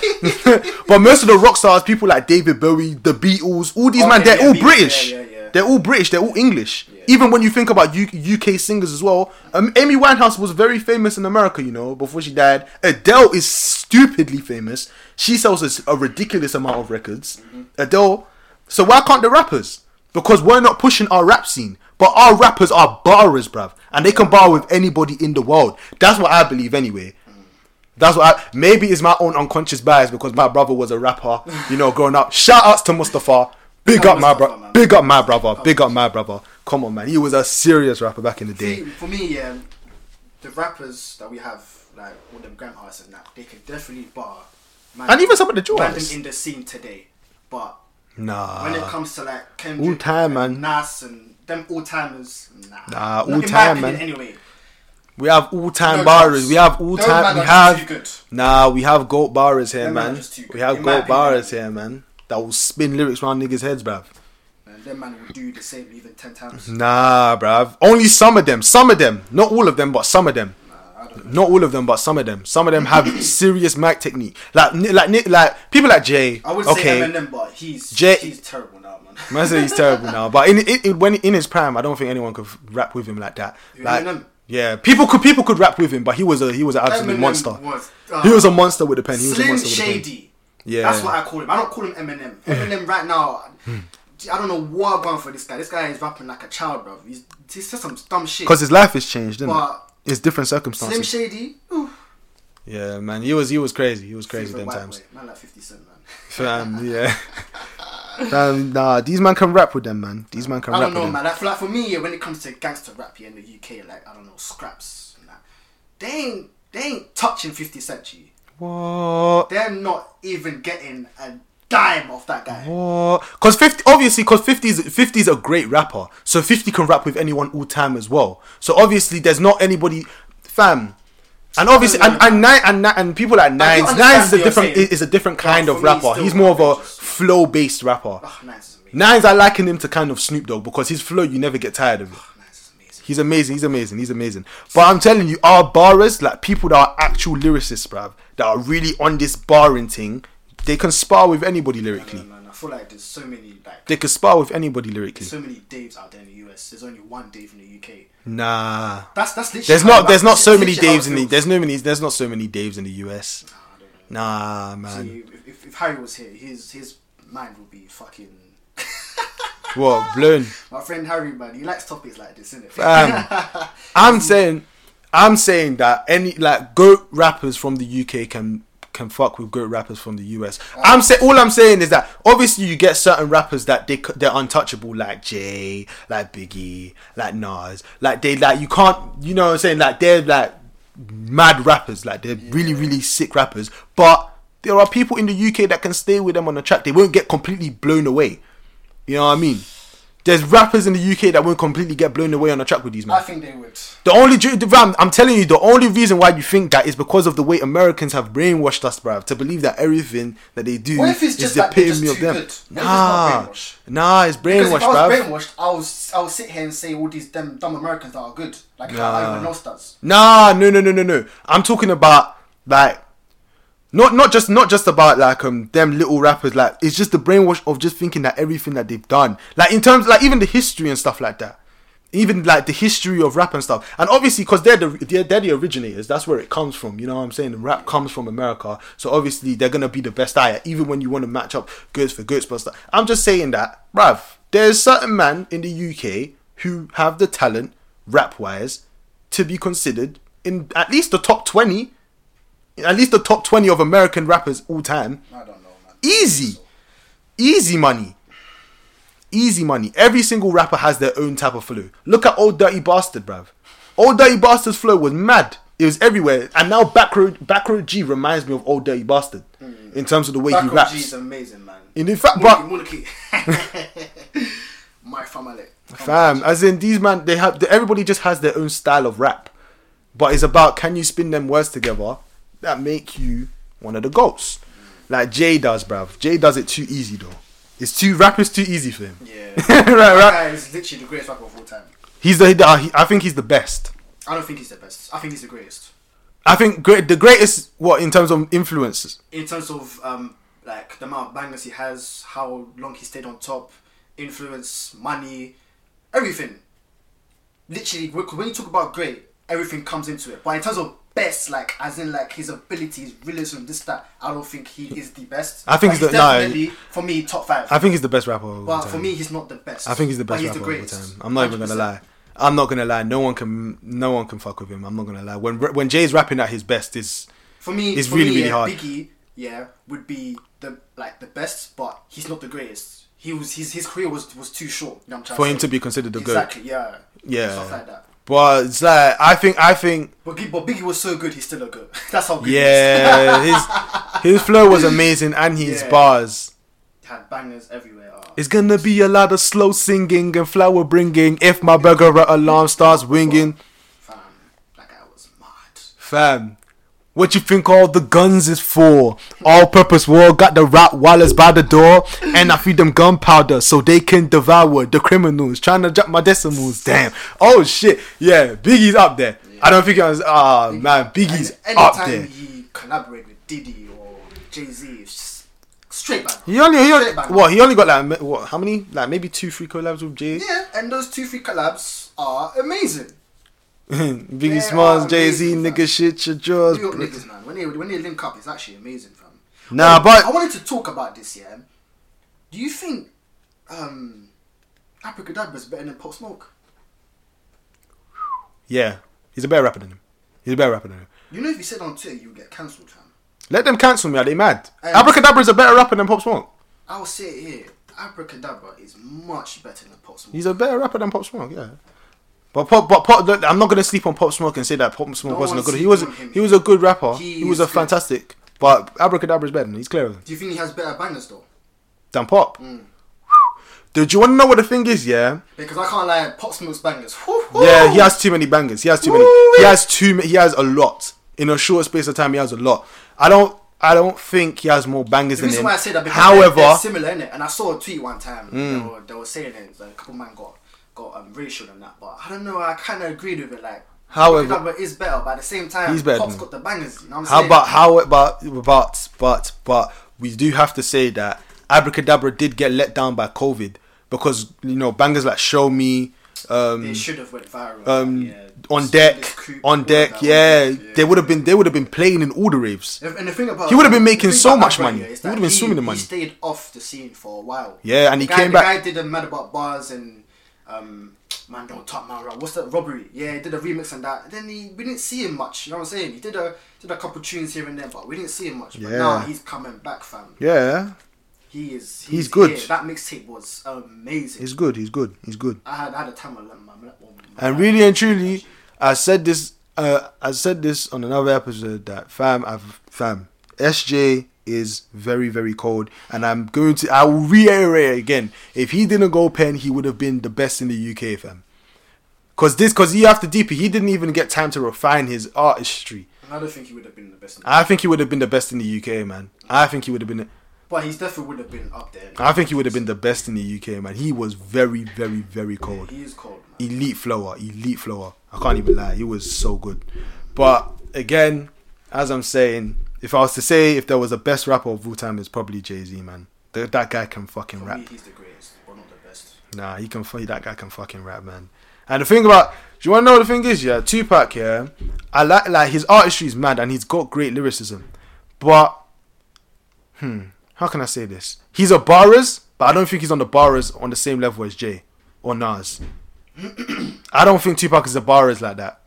Speaker 1: but most of the rock stars, people like David Bowie, the Beatles, all these
Speaker 2: Okay,
Speaker 1: man, they're
Speaker 2: yeah,
Speaker 1: all
Speaker 2: Beatles,
Speaker 1: British.
Speaker 2: yeah, yeah, yeah.
Speaker 1: They're all British. They're all English. Even when you think about U- UK singers as well, um, Amy Winehouse was very famous in America. You know, before she died, Adele is stupidly famous. She sells a, s- a ridiculous amount of records.
Speaker 2: Mm-hmm.
Speaker 1: Adele. So why can't the rappers? Because we're not pushing our rap scene. But our rappers are barrers, bruv, and they can bar with anybody in the world. That's what I believe, anyway.
Speaker 2: Mm.
Speaker 1: That's what I maybe it's my own unconscious bias because my brother was a rapper, you know, growing up. Shout outs to Mustafa. Big up my
Speaker 2: Mustafa,
Speaker 1: brother.
Speaker 2: man.
Speaker 1: Big up my brother. Big up my brother. Come on, man. He was a serious rapper back in the
Speaker 2: See,
Speaker 1: day.
Speaker 2: for me, yeah, the rappers that we have, like all them grandpas and that, they can definitely bar. Man,
Speaker 1: And even some of the
Speaker 2: man
Speaker 1: jewels.
Speaker 2: them in the scene today, but when it
Speaker 1: Nah.
Speaker 2: comes to like Kendrick,
Speaker 1: all-time,
Speaker 2: and
Speaker 1: man.
Speaker 2: Nas and them all timers, nah,
Speaker 1: Nah,
Speaker 2: Not in my
Speaker 1: all-time,
Speaker 2: opinion,
Speaker 1: man.
Speaker 2: Anyway,
Speaker 1: We have all time
Speaker 2: No
Speaker 1: barrers.
Speaker 2: chance.
Speaker 1: We have all
Speaker 2: Those
Speaker 1: time.
Speaker 2: man
Speaker 1: We
Speaker 2: are just too
Speaker 1: have
Speaker 2: good.
Speaker 1: nah. We have gold barrers here,
Speaker 2: Them man are
Speaker 1: man.
Speaker 2: just too good.
Speaker 1: We have
Speaker 2: In my
Speaker 1: gold
Speaker 2: opinion.
Speaker 1: barrers here, man. That will spin lyrics round niggas' heads, bruv.
Speaker 2: and them man will do the same even ten times.
Speaker 1: Mm. Nah, bruv. Only some of them. Some of them. Not all of them, but some of them.
Speaker 2: I don't know.
Speaker 1: Not all of them, but some of them. Some of them
Speaker 2: [coughs]
Speaker 1: have serious mic technique. Like, ni- like, ni- like people like Jay.
Speaker 2: I would
Speaker 1: okay,
Speaker 2: say Eminem, but he's
Speaker 1: J-
Speaker 2: he's terrible now, man.
Speaker 1: man said he's terrible now. But in, in, in- when in his prime, I don't think anyone could rap with him like that. Like,
Speaker 2: Eminem?
Speaker 1: yeah, people could people could rap with him, but he was a he was an absolute
Speaker 2: Eminem
Speaker 1: monster.
Speaker 2: was, uh,
Speaker 1: he was a monster with a pen. He was a
Speaker 2: Slim
Speaker 1: monster with a pen.
Speaker 2: Shady.
Speaker 1: Yeah.
Speaker 2: That's what I call him. I don't call him
Speaker 1: [sighs]
Speaker 2: Eminem. Eminem right now, I don't know what I'm going for this guy. This guy is rapping like a child, bro. He's, he says some dumb shit.
Speaker 1: Because his life has changed, didn't
Speaker 2: But-
Speaker 1: it? It's different
Speaker 2: Slim
Speaker 1: circumstances.
Speaker 2: Shady, ooh,
Speaker 1: yeah, man, he was he was crazy. He was crazy
Speaker 2: he's a
Speaker 1: them
Speaker 2: white
Speaker 1: times.
Speaker 2: boy. Man like 50 Cent,
Speaker 1: [laughs]
Speaker 2: man.
Speaker 1: Fam, yeah. Fam, nah, these man can rap with them, man. These man can
Speaker 2: I
Speaker 1: rap
Speaker 2: don't
Speaker 1: with
Speaker 2: know,
Speaker 1: them.
Speaker 2: man. Like, for, like, for me, yeah, when it comes to gangster rap here in the UK, like, I don't know, scraps and that, they ain't, they ain't touching 50 Cent, G.
Speaker 1: What?
Speaker 2: They're not even getting a dime off that guy.
Speaker 1: Because 50, obviously, because 50's, 50's a great rapper. So 50 can rap with anyone all time as well. So obviously, there's not anybody, fam. And obviously, and and, nine, and Ni- and people like Nines,
Speaker 2: understand
Speaker 1: Nines is a
Speaker 2: what you're
Speaker 1: different
Speaker 2: saying.
Speaker 1: is a different
Speaker 2: But
Speaker 1: kind
Speaker 2: for
Speaker 1: of
Speaker 2: me, it's
Speaker 1: rapper.
Speaker 2: still
Speaker 1: He's more of a
Speaker 2: outrageous.
Speaker 1: flow based rapper.
Speaker 2: Oh, Nines is amazing.
Speaker 1: Nines, I liken him to kind of Snoop Dogg because his flow you never get tired of it.
Speaker 2: Nines is amazing.
Speaker 1: He's amazing. He's amazing. He's amazing. But I'm telling you, our barrers, like people that are actual lyricists, bruv, that are really on this barring thing, they can spar with anybody lyrically.
Speaker 2: Man, I feel like there's so many, like,
Speaker 1: They can spar with anybody lyrically.
Speaker 2: so many Daves out there in the US. There's only one Dave in the UK.
Speaker 1: Nah.
Speaker 2: That's that's literally.
Speaker 1: There's
Speaker 2: how
Speaker 1: not
Speaker 2: it-
Speaker 1: there's not
Speaker 2: that's
Speaker 1: so many
Speaker 2: literally how
Speaker 1: Daves
Speaker 2: it
Speaker 1: in the
Speaker 2: feels.
Speaker 1: there's no many there's not so many Daves in the US.
Speaker 2: I don't know.
Speaker 1: Nah man.
Speaker 2: See, if, if, if Harry was here, his his mind would be fucking.
Speaker 1: What blown.
Speaker 2: My friend Harry, man, he likes topics like this, innit?
Speaker 1: Fam. I'm saying I'm saying that any like goat rappers from the UK can can fuck with goat rappers from the US. I'm say all I'm saying is that obviously you get certain rappers that they c- they're untouchable like Jay, like Biggie, like Nas, like they like you can't you know what I'm saying like they're like mad rappers like they're really really sick rappers, but there are people in the UK that can stay with them on the track. They won't get completely blown away. You know what I mean? There's rappers in the UK that won't completely get blown away on the track with these man.
Speaker 2: [laughs] I think they would.
Speaker 1: The only ju- the- fam, I'm telling you, the only reason why you think that is because of the way Americans have brainwashed us, bruv, to believe that everything that they do
Speaker 2: What if it's
Speaker 1: is
Speaker 2: just
Speaker 1: the
Speaker 2: like they're
Speaker 1: epitome
Speaker 2: just
Speaker 1: of
Speaker 2: too
Speaker 1: them.
Speaker 2: good? What if it's
Speaker 1: Nah,
Speaker 2: not brainwash?
Speaker 1: nah, it's
Speaker 2: Because
Speaker 1: brainwashed,
Speaker 2: if I was
Speaker 1: bruv.
Speaker 2: brainwashed, I was I would sit here and say all these them dumb Americans that are good, like how everyone else does.
Speaker 1: Nah, no, no, no, no, no. I'm talking about like Not not just not just about like um them little rappers like it's just the brainwash of just thinking that everything that they've done like in terms like even the history and stuff like that, even like the history of rap and stuff and obviously because they're the they're, they're the originators that's where it comes from you know what I'm saying rap comes from America so obviously they're gonna be the best at it even when you want to match up goods for goods but stuff. I'm just saying that bruv there's certain man in the UK who have the talent rap wise to be considered in at least the top twenty at least the top 20 of American rappers all time.
Speaker 2: I don't know, man.
Speaker 1: Easy. Easy money. Easy money. Every single rapper has their own type of flow. Look at Old Dirty Bastard, bruv. Old Dirty Bastard's flow was mad. It was everywhere. And now Backroad, Backroad G reminds me of Old Dirty Bastard in terms of the way
Speaker 2: Back
Speaker 1: he raps.
Speaker 2: G is amazing, man.
Speaker 1: In the fact, but
Speaker 2: Muliki,
Speaker 1: [laughs]
Speaker 2: Muliki. [laughs] Oh My family. Come
Speaker 1: Fam,
Speaker 2: on,
Speaker 1: as in these man, they have they, everybody just has their own style of rap, but it's about can you spin them words together that make you one of the goats, like Jay does, bruv. Jay does it too easy though. It's too rap is too easy for him.
Speaker 2: Yeah.
Speaker 1: right, [laughs]
Speaker 2: That
Speaker 1: right.
Speaker 2: guy is literally the greatest rapper of all time.
Speaker 1: He's the, the- he- I think he's the best.
Speaker 2: I don't think he's the best. I think he's the greatest.
Speaker 1: I think great the greatest what in terms of influences.
Speaker 2: in terms of um, like the amount of bangers he has, how long he stayed on top, influence, money, everything. Literally, wh- when you talk about great, everything comes into it. But in terms of best, like as in like his ability, his realism, this that, I don't think he is the best.
Speaker 1: I think
Speaker 2: But
Speaker 1: he's the- no.
Speaker 2: definitely for me top five.
Speaker 1: I think he's the best rapper. Of all
Speaker 2: but
Speaker 1: time.
Speaker 2: for me, he's not the best.
Speaker 1: I think he's the
Speaker 2: But
Speaker 1: best rapper of all time. I'm not even gonna
Speaker 2: 100%.
Speaker 1: lie. I'm not gonna lie. No one can no one can fuck with him. I'm not gonna lie. When when Jay's rapping at his best is
Speaker 2: For me,
Speaker 1: It's
Speaker 2: for
Speaker 1: really,
Speaker 2: me,
Speaker 1: really
Speaker 2: yeah,
Speaker 1: hard.
Speaker 2: Biggie, yeah, would be the like the best, but he's not the greatest. He was his his career was was too short. You know what I'm trying
Speaker 1: for him
Speaker 2: say?
Speaker 1: to be considered the goat.
Speaker 2: exactly, yeah,
Speaker 1: Yeah.
Speaker 2: stuff like that.
Speaker 1: But it's like I think I think
Speaker 2: But, Gi- but Biggie was so good, he's still a good. [laughs] That's how good. [laughs]
Speaker 1: yeah his his flow was amazing and his
Speaker 2: Yeah.
Speaker 1: bars.
Speaker 2: he is. had bangers everywhere. ah.
Speaker 1: It's gonna be a lot of slow singing and flower bringing if my burger alarm starts ringing,
Speaker 2: Fam, that guy was mad.
Speaker 1: fam. What you think all the guns is for? All-purpose war got the rat wallets by the door, and I feed them gunpowder so they can devour the criminals trying to drop my decimals. Damn! Oh shit! Yeah, Biggie's up there. I don't think I was. Ah man, Biggie's
Speaker 2: And anytime
Speaker 1: up there.
Speaker 2: he collaborated with Diddy or Jay Z, it's just straight back.
Speaker 1: He only, he only
Speaker 2: Straight back.
Speaker 1: what? He only got like ma- what? How many? Like maybe two, three collabs with Jay,
Speaker 2: Yeah, and those two three collabs are amazing.
Speaker 1: [laughs] Biggie
Speaker 2: They
Speaker 1: Smalls,
Speaker 2: are
Speaker 1: Jay Z,
Speaker 2: amazing,
Speaker 1: nigga,
Speaker 2: fam.
Speaker 1: shit your
Speaker 2: New York
Speaker 1: jaws.
Speaker 2: niggas, man. When they when they link up, it's actually amazing, fam.
Speaker 1: Nah, but-
Speaker 2: I wanted to talk about this. Yeah, do you think um, Abracadabra is better than Pop Smoke?
Speaker 1: Yeah, he's a better rapper than him. He's a better rapper than him.
Speaker 2: You know, if you said on Twitter, you would get cancelled, fam.
Speaker 1: Let them cancel me. Are they mad?
Speaker 2: Um,
Speaker 1: Abracadabra is a better rapper than Pop Smoke.
Speaker 2: I'll say it here. Abracadabra is much better than Pop Smoke.
Speaker 1: He's a better rapper than Pop Smoke. Yeah. But Pop, but Pop, look, I'm not gonna sleep on Pop Smoke and say that Pop Smoke
Speaker 2: No
Speaker 1: wasn't a
Speaker 2: one's
Speaker 1: good. He was,
Speaker 2: sleeping on him.
Speaker 1: he was a good rapper. He,
Speaker 2: He
Speaker 1: was a
Speaker 2: is good.
Speaker 1: fantastic. But Abracadabra is better. Than him. He's clearer than,
Speaker 2: do you think he has better bangers though?
Speaker 1: than Pop.
Speaker 2: Mm.
Speaker 1: Dude, you wanna know what the thing is? Yeah.
Speaker 2: Because I can't lie, Pop Smoke's bangers.
Speaker 1: Yeah, he has too many bangers. He has too many.
Speaker 2: Woo-wee.
Speaker 1: He has too. ma- He has a lot in a short space of time. He has a lot. I don't. I don't think he has more bangers
Speaker 2: The
Speaker 1: than
Speaker 2: reason
Speaker 1: him.
Speaker 2: why I say that because
Speaker 1: However, Hmm.
Speaker 2: they're, they're similar in it, and I saw a tweet one time they, were, they were saying it. Like, a couple man got got um, racial and that, but I don't know. I kind of agreed with it. Like,
Speaker 1: However-
Speaker 2: Abracadabra is better, but at the same time,
Speaker 1: He's better
Speaker 2: Pop's
Speaker 1: than-
Speaker 2: got the bangers. You know what I'm
Speaker 1: how
Speaker 2: saying?
Speaker 1: about how about but but but we do have to say that Abracadabra did get let down by COVID because you know bangers like Show Me. Um,
Speaker 2: they should have went viral?
Speaker 1: um,
Speaker 2: yeah.
Speaker 1: on
Speaker 2: Just
Speaker 1: deck,
Speaker 2: this creep, all
Speaker 1: on
Speaker 2: of
Speaker 1: deck,
Speaker 2: that,
Speaker 1: yeah, they would have
Speaker 2: yeah.
Speaker 1: been they would have been playing in all the raves.
Speaker 2: And the thing about
Speaker 1: He would've been
Speaker 2: the
Speaker 1: making
Speaker 2: thing
Speaker 1: so
Speaker 2: about
Speaker 1: much
Speaker 2: Abracadabra
Speaker 1: money.
Speaker 2: is
Speaker 1: He
Speaker 2: that
Speaker 1: would've been
Speaker 2: he-
Speaker 1: swimming in money.
Speaker 2: He stayed off the scene for a while.
Speaker 1: Yeah, and
Speaker 2: The
Speaker 1: he
Speaker 2: guy-
Speaker 1: came
Speaker 2: the
Speaker 1: back-
Speaker 2: guy did a mad about bars and um, man don't talk man. right, What's that robbery? Yeah, he did a remix and that. And then he, we didn't see him much. You know what I'm saying? He did a did a couple tunes here and there, but we didn't see him much. But
Speaker 1: Yeah.
Speaker 2: now he's coming back, fam.
Speaker 1: Yeah,
Speaker 2: He is. He's,
Speaker 1: good.
Speaker 2: here. That mixtape was amazing.
Speaker 1: he's good, he's good, he's good.
Speaker 2: I had I had a time with him, man.
Speaker 1: And really and truly, I said this. Uh, I said this on another episode that fam, I've fam, SJ is very very cold, and I'm going to. I will reiterate again. If he didn't go pen, he would have been the best in the UK, fam. Cause this, cause he after DP, he didn't even get time to refine his artistry.
Speaker 2: I don't think he would have been the best. In the-
Speaker 1: I think he would have been the best in the UK, man. I think he would have been.
Speaker 2: but he's definitely would have been up there.
Speaker 1: I think he would have been the best in the UK, man. He was very very very cold
Speaker 2: He is cold, man.
Speaker 1: elite flower, elite flower. I can't even lie, he was so good. But again, as I'm saying, if I was to say if there was a best rapper of all time, it's probably Jay Z, man. Th- that guy can fucking
Speaker 2: For
Speaker 1: rap.
Speaker 2: me, he's the greatest, but not the best.
Speaker 1: Nah, he can. fu- That guy can fucking rap, man. And the thing about, do you want to know what the thing is? Yeah, Tupac. Yeah, I like like his artistry is mad, and he's got great lyricism. But, hmm, how can I say this? He's a barras, but I don't think he's on the barras on the same level as Jay or Nas. [clears throat] I don't think Tupac is a barras like that.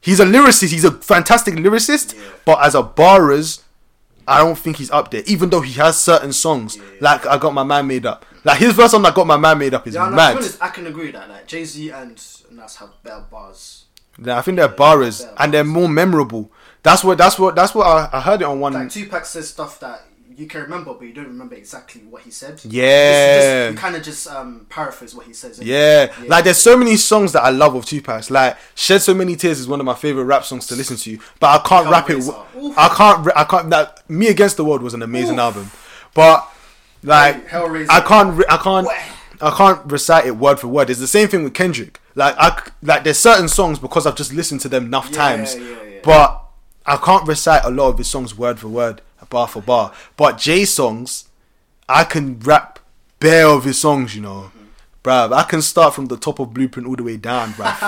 Speaker 1: He's a lyricist. He's a fantastic lyricist,
Speaker 2: Yeah.
Speaker 1: but as a barras, I don't think he's up there. Even though he has certain songs, like "I Got My Man Made Up," like his verse on "I Got My Man Made Up" is
Speaker 2: Yeah, no, to
Speaker 1: mad.
Speaker 2: be honest, I can agree with that like Jay Z and Nas have better bars.
Speaker 1: Nah, I think they're barras
Speaker 2: they're
Speaker 1: and they're more memorable. That's what. That's what. That's what I, I heard it on one.
Speaker 2: Like Tupac says stuff that you can remember, but you don't remember exactly what he said. This is just-
Speaker 1: Yeah.
Speaker 2: you kind of just um, paraphrase what he says. isn't it?
Speaker 1: yeah. like there's so many songs that I love of Tupac. Like "Shed So Many Tears" is one of my favorite rap songs to listen to, but I can't rap it.
Speaker 2: Hellraiser.
Speaker 1: w-
Speaker 2: Oof.
Speaker 1: I can't. re- I can't. That "Me Against the World" was an amazing
Speaker 2: Oof.
Speaker 1: album, but like
Speaker 2: Hellraiser.
Speaker 1: I can't. Re- I can't.
Speaker 2: Wah.
Speaker 1: I can't recite it word for word. It's the same thing with Kendrick. Like I c- like there's certain songs because I've just listened to them enough
Speaker 2: Yeah,
Speaker 1: times,
Speaker 2: yeah, yeah.
Speaker 1: but I can't recite a lot of his songs word for word, bar for bar. But Jay songs, I can rap bare of his songs, you know, bruv. I can start from the top of Blueprint all the way down,
Speaker 2: [laughs]
Speaker 1: bruv.